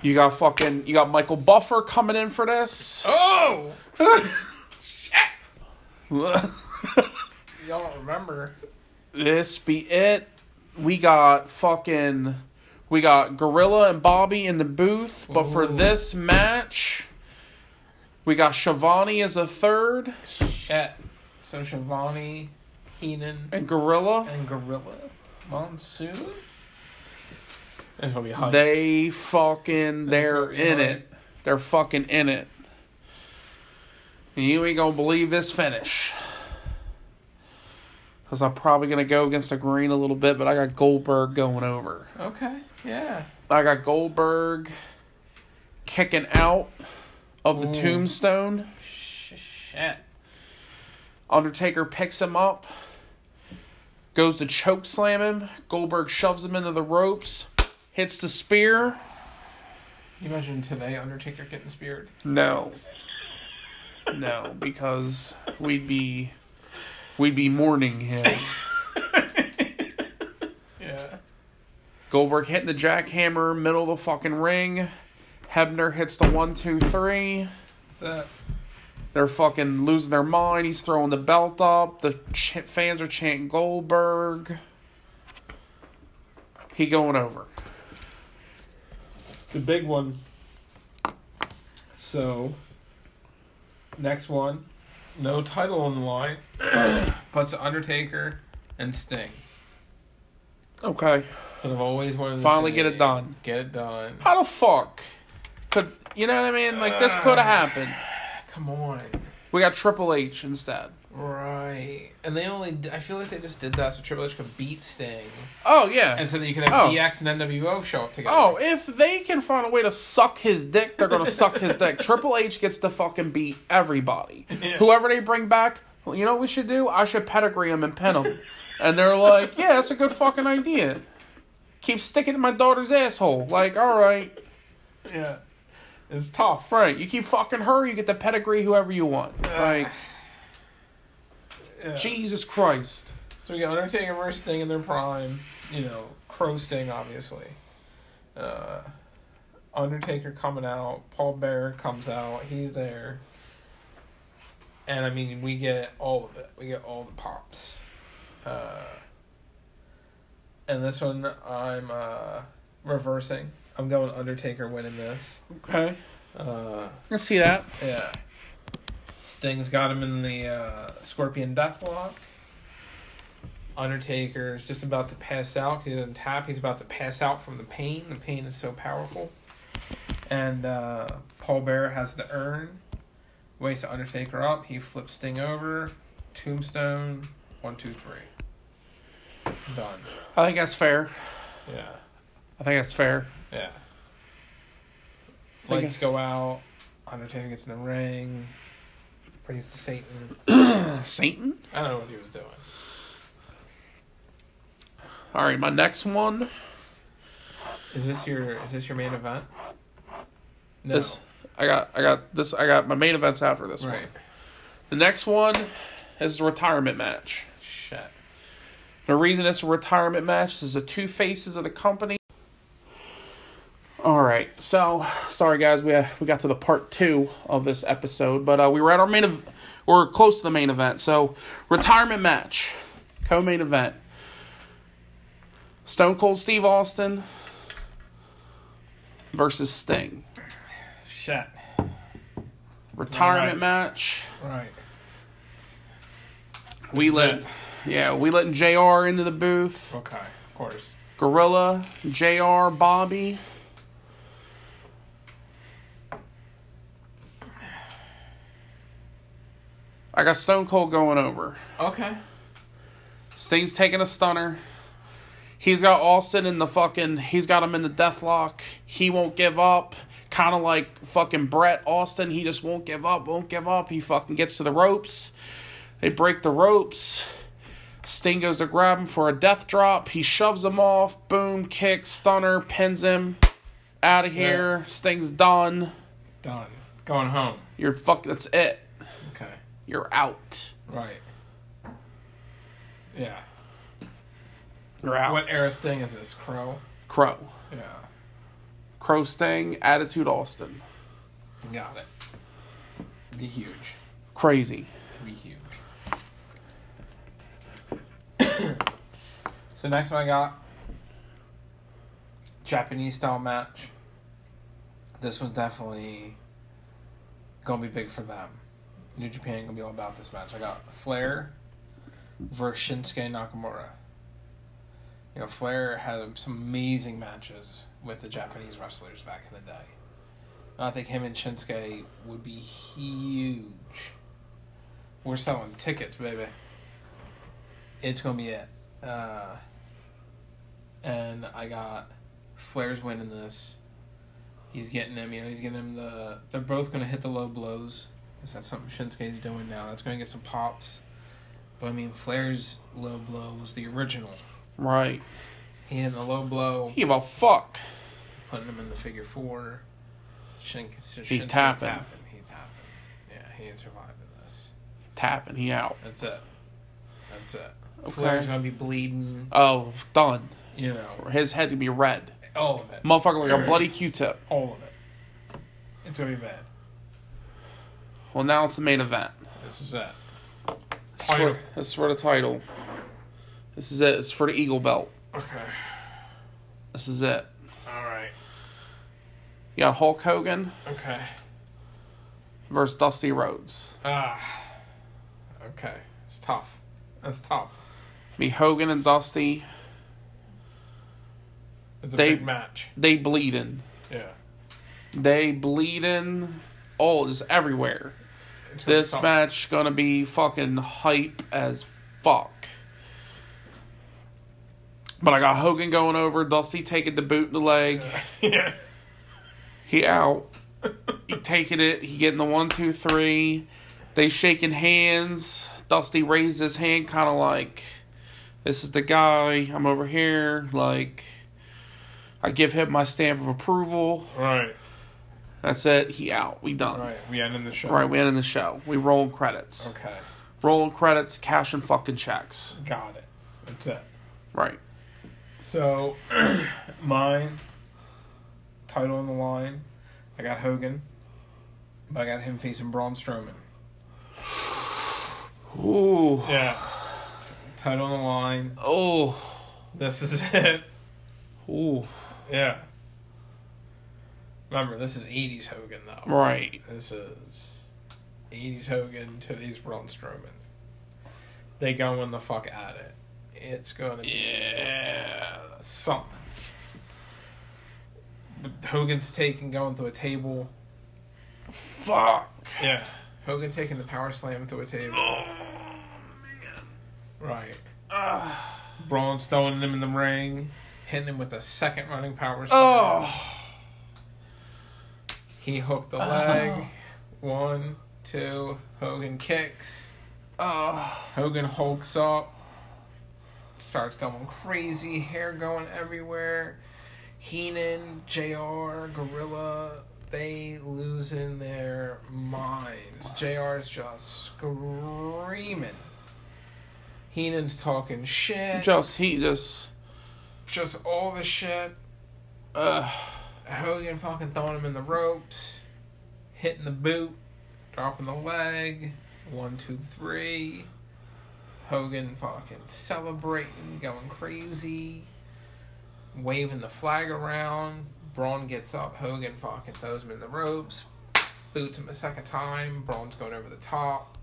Speaker 1: You got fucking. You got Michael Buffer coming in for this.
Speaker 2: oh! Y'all don't remember.
Speaker 1: this be it. We got fucking. We got Gorilla and Bobby in the booth. But for
Speaker 2: Ooh.
Speaker 1: this match, we got Shivani as a third
Speaker 2: Shit. So Shivani, Heenan,
Speaker 1: and Gorilla.
Speaker 2: and Gorilla Monsoon? It's gonna be hot.
Speaker 1: They fucking they're
Speaker 2: what we
Speaker 1: in
Speaker 2: want.
Speaker 1: it. They're fucking in it. And you ain't gonna believe this finish. Cause I'm probably gonna go against the green a little bit, but I got Goldberg going over.
Speaker 2: okay, yeah.
Speaker 1: I got Goldberg kicking out of the
Speaker 2: Ooh.
Speaker 1: tombstone.
Speaker 2: Sh- Shit.
Speaker 1: Undertaker picks him up, goes to choke slam him. Goldberg shoves him into the ropes, hits the spear.
Speaker 2: You imagine today Undertaker getting speared?
Speaker 1: No. No, because we'd be we'd be mourning him.
Speaker 2: Yeah.
Speaker 1: Goldberg hitting the jackhammer, middle of the fucking ring. Hebner hits the one, two, three.
Speaker 2: What's that?
Speaker 1: They're fucking losing their mind. He's throwing the belt up. The ch- fans are chanting Goldberg. He going over.
Speaker 2: The big one. So, next one. No title on the line, but it's Undertaker and Sting.
Speaker 1: Okay.
Speaker 2: So I've always wanted to
Speaker 1: Finally
Speaker 2: see-
Speaker 1: get it done.
Speaker 2: Get it done.
Speaker 1: How the fuck could you know what I mean? Like this could have happened.
Speaker 2: Come on.
Speaker 1: We got Triple H instead.
Speaker 2: Right. And they only, I feel like they just did that so Triple H could beat Sting.
Speaker 1: Oh yeah.
Speaker 2: And so that you can
Speaker 1: Oh.
Speaker 2: have DX and NWO show up together.
Speaker 1: Oh, if they can find a way to suck his dick, they're gonna suck his dick. Triple H gets to fucking beat everybody. Whoever they bring back, well, you know what we should do? I should pedigree him and pin him. and they're like, yeah, that's a good fucking idea. Keep sticking to my daughter's asshole. Like, all right,
Speaker 2: Yeah. It's tough.
Speaker 1: right. You keep fucking her, you get to pedigree whoever you want. Like,
Speaker 2: Yeah.
Speaker 1: Jesus Christ.
Speaker 2: So we got Undertaker versus Sting in their prime. You know, Crow Sting, obviously. Uh, Undertaker coming out. Paul Bearer comes out. He's there. And I mean, we get all of it. We get all the pops. Uh, and this one, I'm uh, reversing. I'm going Undertaker winning this.
Speaker 1: Okay,
Speaker 2: Uh,
Speaker 1: I can see that.
Speaker 2: yeah. Sting's got him in the uh, Scorpion Deathlock. Undertaker's just about to pass out. 'cause He doesn't tap. He's about to pass out from the pain. The pain is so powerful. And uh, Paul Bearer has the urn. Waits to Undertaker up. He flips Sting over. Tombstone. One, two, three. Done.
Speaker 1: I think that's fair.
Speaker 2: Yeah.
Speaker 1: I think that's fair.
Speaker 2: Yeah.
Speaker 1: Okay.
Speaker 2: Lights go out. Undertaker gets in the ring. Praise to Satan.
Speaker 1: Satan.
Speaker 2: I don't know what he was doing.
Speaker 1: All right, my next one
Speaker 2: Is this your is this your main event? No.
Speaker 1: is I got I got this I got my main events after this
Speaker 2: right.
Speaker 1: one. The next one is the retirement match.
Speaker 2: Shit.
Speaker 1: The reason it's a retirement match is the two faces of the company. All right, so sorry guys, we we got to the part two of this episode, but uh, we were at our main ev- or close to the main event. So retirement match, co-main event. Stone Cold Steve Austin versus Sting.
Speaker 2: Shit.
Speaker 1: Retirement
Speaker 2: Alright.
Speaker 1: match.
Speaker 2: Right.
Speaker 1: We let,
Speaker 2: it.
Speaker 1: yeah, we letting Jr. into the booth.
Speaker 2: Okay. Of course.
Speaker 1: Gorilla, JR, Bobby. I got Stone Cold going over.
Speaker 2: Okay.
Speaker 1: Sting's taking a stunner. He's got Austin in the fucking. He's got him in the death lock. He won't give up. Kind of like fucking Brett Austin. He just won't give up, won't give up. He fucking gets to the ropes. They break the ropes. Sting goes to grab him for a death drop. He shoves him off. Boom, kick, stunner, pins him. Out of here. Sting's done.
Speaker 2: Done. Going home.
Speaker 1: You're fuck. That's it.
Speaker 2: Okay.
Speaker 1: You're out.
Speaker 2: Right. Yeah.
Speaker 1: You're out.
Speaker 2: What era sting is this? Crow?
Speaker 1: Crow.
Speaker 2: Yeah.
Speaker 1: Crow Sting. Attitude Austin.
Speaker 2: Got it. Be huge.
Speaker 1: Crazy.
Speaker 2: Be huge. so next one I got Japanese style match. This one's definitely gonna be big for them. New Japan gonna be all about this match. I got Flair versus Shinsuke Nakamura. You know, Flair had some amazing matches with the Japanese wrestlers back in the day. I think him and Shinsuke would be huge. We're selling tickets, baby. It's gonna be it. Uh, and I got Flair's winning this. He's getting him. You know, he's getting him the. They're both gonna hit the low blows. 'cause that's something Shinsuke's doing now. That's gonna get some pops. But I mean, Flair's low blow was the original.
Speaker 1: Right.
Speaker 2: He hit the low blow,
Speaker 1: Give a fuck.
Speaker 2: putting him in the figure four. Shin, Shin,
Speaker 1: He's
Speaker 2: Shinsuke
Speaker 1: tapping.
Speaker 2: He tapping. Yeah, he ain't surviving this.
Speaker 1: Tapping. He out.
Speaker 2: That's it. That's it.
Speaker 1: Okay.
Speaker 2: Flair's gonna be bleeding.
Speaker 1: Oh, done.
Speaker 2: You know,
Speaker 1: His head could be red.
Speaker 2: all of it.
Speaker 1: Motherfucker like a bloody Q-tip.
Speaker 2: All of it. It's gonna be bad.
Speaker 1: Well, now it's the main event.
Speaker 2: This is it.
Speaker 1: It's for,
Speaker 2: Title.
Speaker 1: it's for the title. This is it. It's for the Eagle belt.
Speaker 2: Okay.
Speaker 1: This is it.
Speaker 2: All right.
Speaker 1: You got Hulk Hogan
Speaker 2: Okay.
Speaker 1: versus Dusty Rhodes.
Speaker 2: Ah. Okay. It's tough. That's tough.
Speaker 1: Be Hogan and Dusty.
Speaker 2: It's a
Speaker 1: They-
Speaker 2: big match.
Speaker 1: They bleeding.
Speaker 2: Yeah.
Speaker 1: They bleeding. Oh, just everywhere.
Speaker 2: It's gonna be
Speaker 1: This
Speaker 2: tough.
Speaker 1: match gonna be fucking hype as fuck. But I got Hogan going over, Dusty taking the boot in the leg.
Speaker 2: yeah.
Speaker 1: He out. he taking it. He getting the one, two, three. They shaking hands. Dusty raised his hand, kind of like, "This is the guy. I'm over here." Like, I give him my stamp of approval.
Speaker 2: Right.
Speaker 1: That's it. He out. We done.
Speaker 2: Right. We ending the show.
Speaker 1: All right, we ending the show. We rolling credits.
Speaker 2: Okay.
Speaker 1: Rolling credits, cash and fucking checks.
Speaker 2: Got it. That's it.
Speaker 1: Right.
Speaker 2: So, mine, title on the line. I got Hogan, but I got him facing Braun Strowman.
Speaker 1: Ooh.
Speaker 2: Yeah. Title on the line.
Speaker 1: Oh.
Speaker 2: This is it.
Speaker 1: Ooh.
Speaker 2: Yeah. Remember, this is 80s Hogan, though.
Speaker 1: Right.
Speaker 2: This is 80s Hogan, today's Braun Strowman. They going the fuck at it. It's gonna be
Speaker 1: Yeah.
Speaker 2: something. Hogan's taking going through a table.
Speaker 1: Fuck.
Speaker 2: Yeah. Hogan taking the power slam through a table. Right.
Speaker 1: Ah.
Speaker 2: Braun's throwing him in the ring, hitting him with a second running power slam.
Speaker 1: Oh.
Speaker 2: He hooked the leg. One, two. Hogan kicks.
Speaker 1: Oh,
Speaker 2: Hogan hulks up, starts going crazy, hair going everywhere. Heenan, JR, Gorilla, they losing their minds. JR's just screaming. Heenan's talking shit.
Speaker 1: just he just
Speaker 2: just all the shit.
Speaker 1: uh,
Speaker 2: Hogan fucking throwing him in the ropes, hitting the boot, dropping the leg. One, two, three. Hogan fucking celebrating, going crazy, waving the flag around. Braun gets up. Hogan fucking throws him in the ropes, boots him a second time. Braun's going over the top.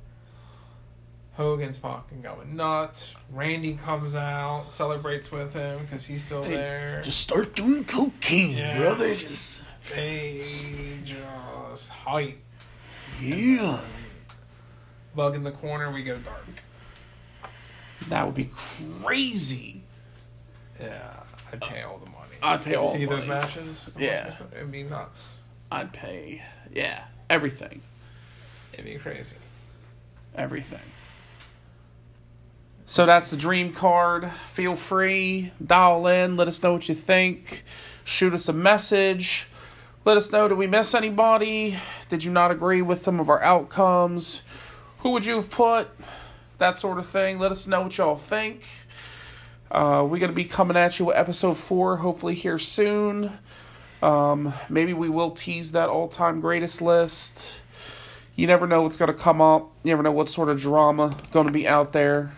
Speaker 2: Hogan's fucking going nuts. Randy comes out, celebrates with him because he's still there.
Speaker 3: Just start doing cocaine,
Speaker 2: Yeah.
Speaker 3: brother. Just
Speaker 2: They just hype.
Speaker 3: yeah.
Speaker 2: Bug in the corner, we go dark.
Speaker 1: that would be crazy.
Speaker 2: Yeah. I'd pay all the money.
Speaker 1: I'd pay all
Speaker 2: See
Speaker 1: the
Speaker 2: those
Speaker 1: money.
Speaker 2: matches?
Speaker 1: Yeah.
Speaker 2: It'd be nuts.
Speaker 1: I'd pay. Yeah, everything,
Speaker 2: It'd be crazy.
Speaker 1: everything. So that's the dream card. Feel free, dial in, let us know what you think. Shoot us a message. Let us know did we miss anybody? Did you not agree with some of our outcomes? Who would you have put? That sort of thing. Let us know what y'all think. Uh, we're going to be coming at you with episode four, hopefully, here soon. Um, maybe we will tease that all time greatest list. You never know what's going to come up. You never know what sort of drama going to be out there.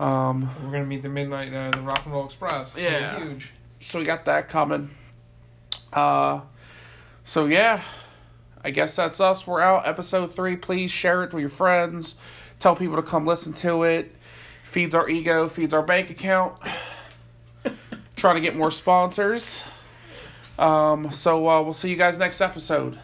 Speaker 1: Um,
Speaker 2: We're gonna meet the midnight uh, the Rock and Roll Express. It's gonna be
Speaker 1: Yeah.
Speaker 2: Huge.
Speaker 1: so we got that coming. Uh, so yeah, I guess that's us. We're out. Episode three. Please share it with your friends. Tell people to come listen to it. Feeds our ego. Feeds our bank account. Trying to get more sponsors. Um, so uh, we'll see you guys next episode.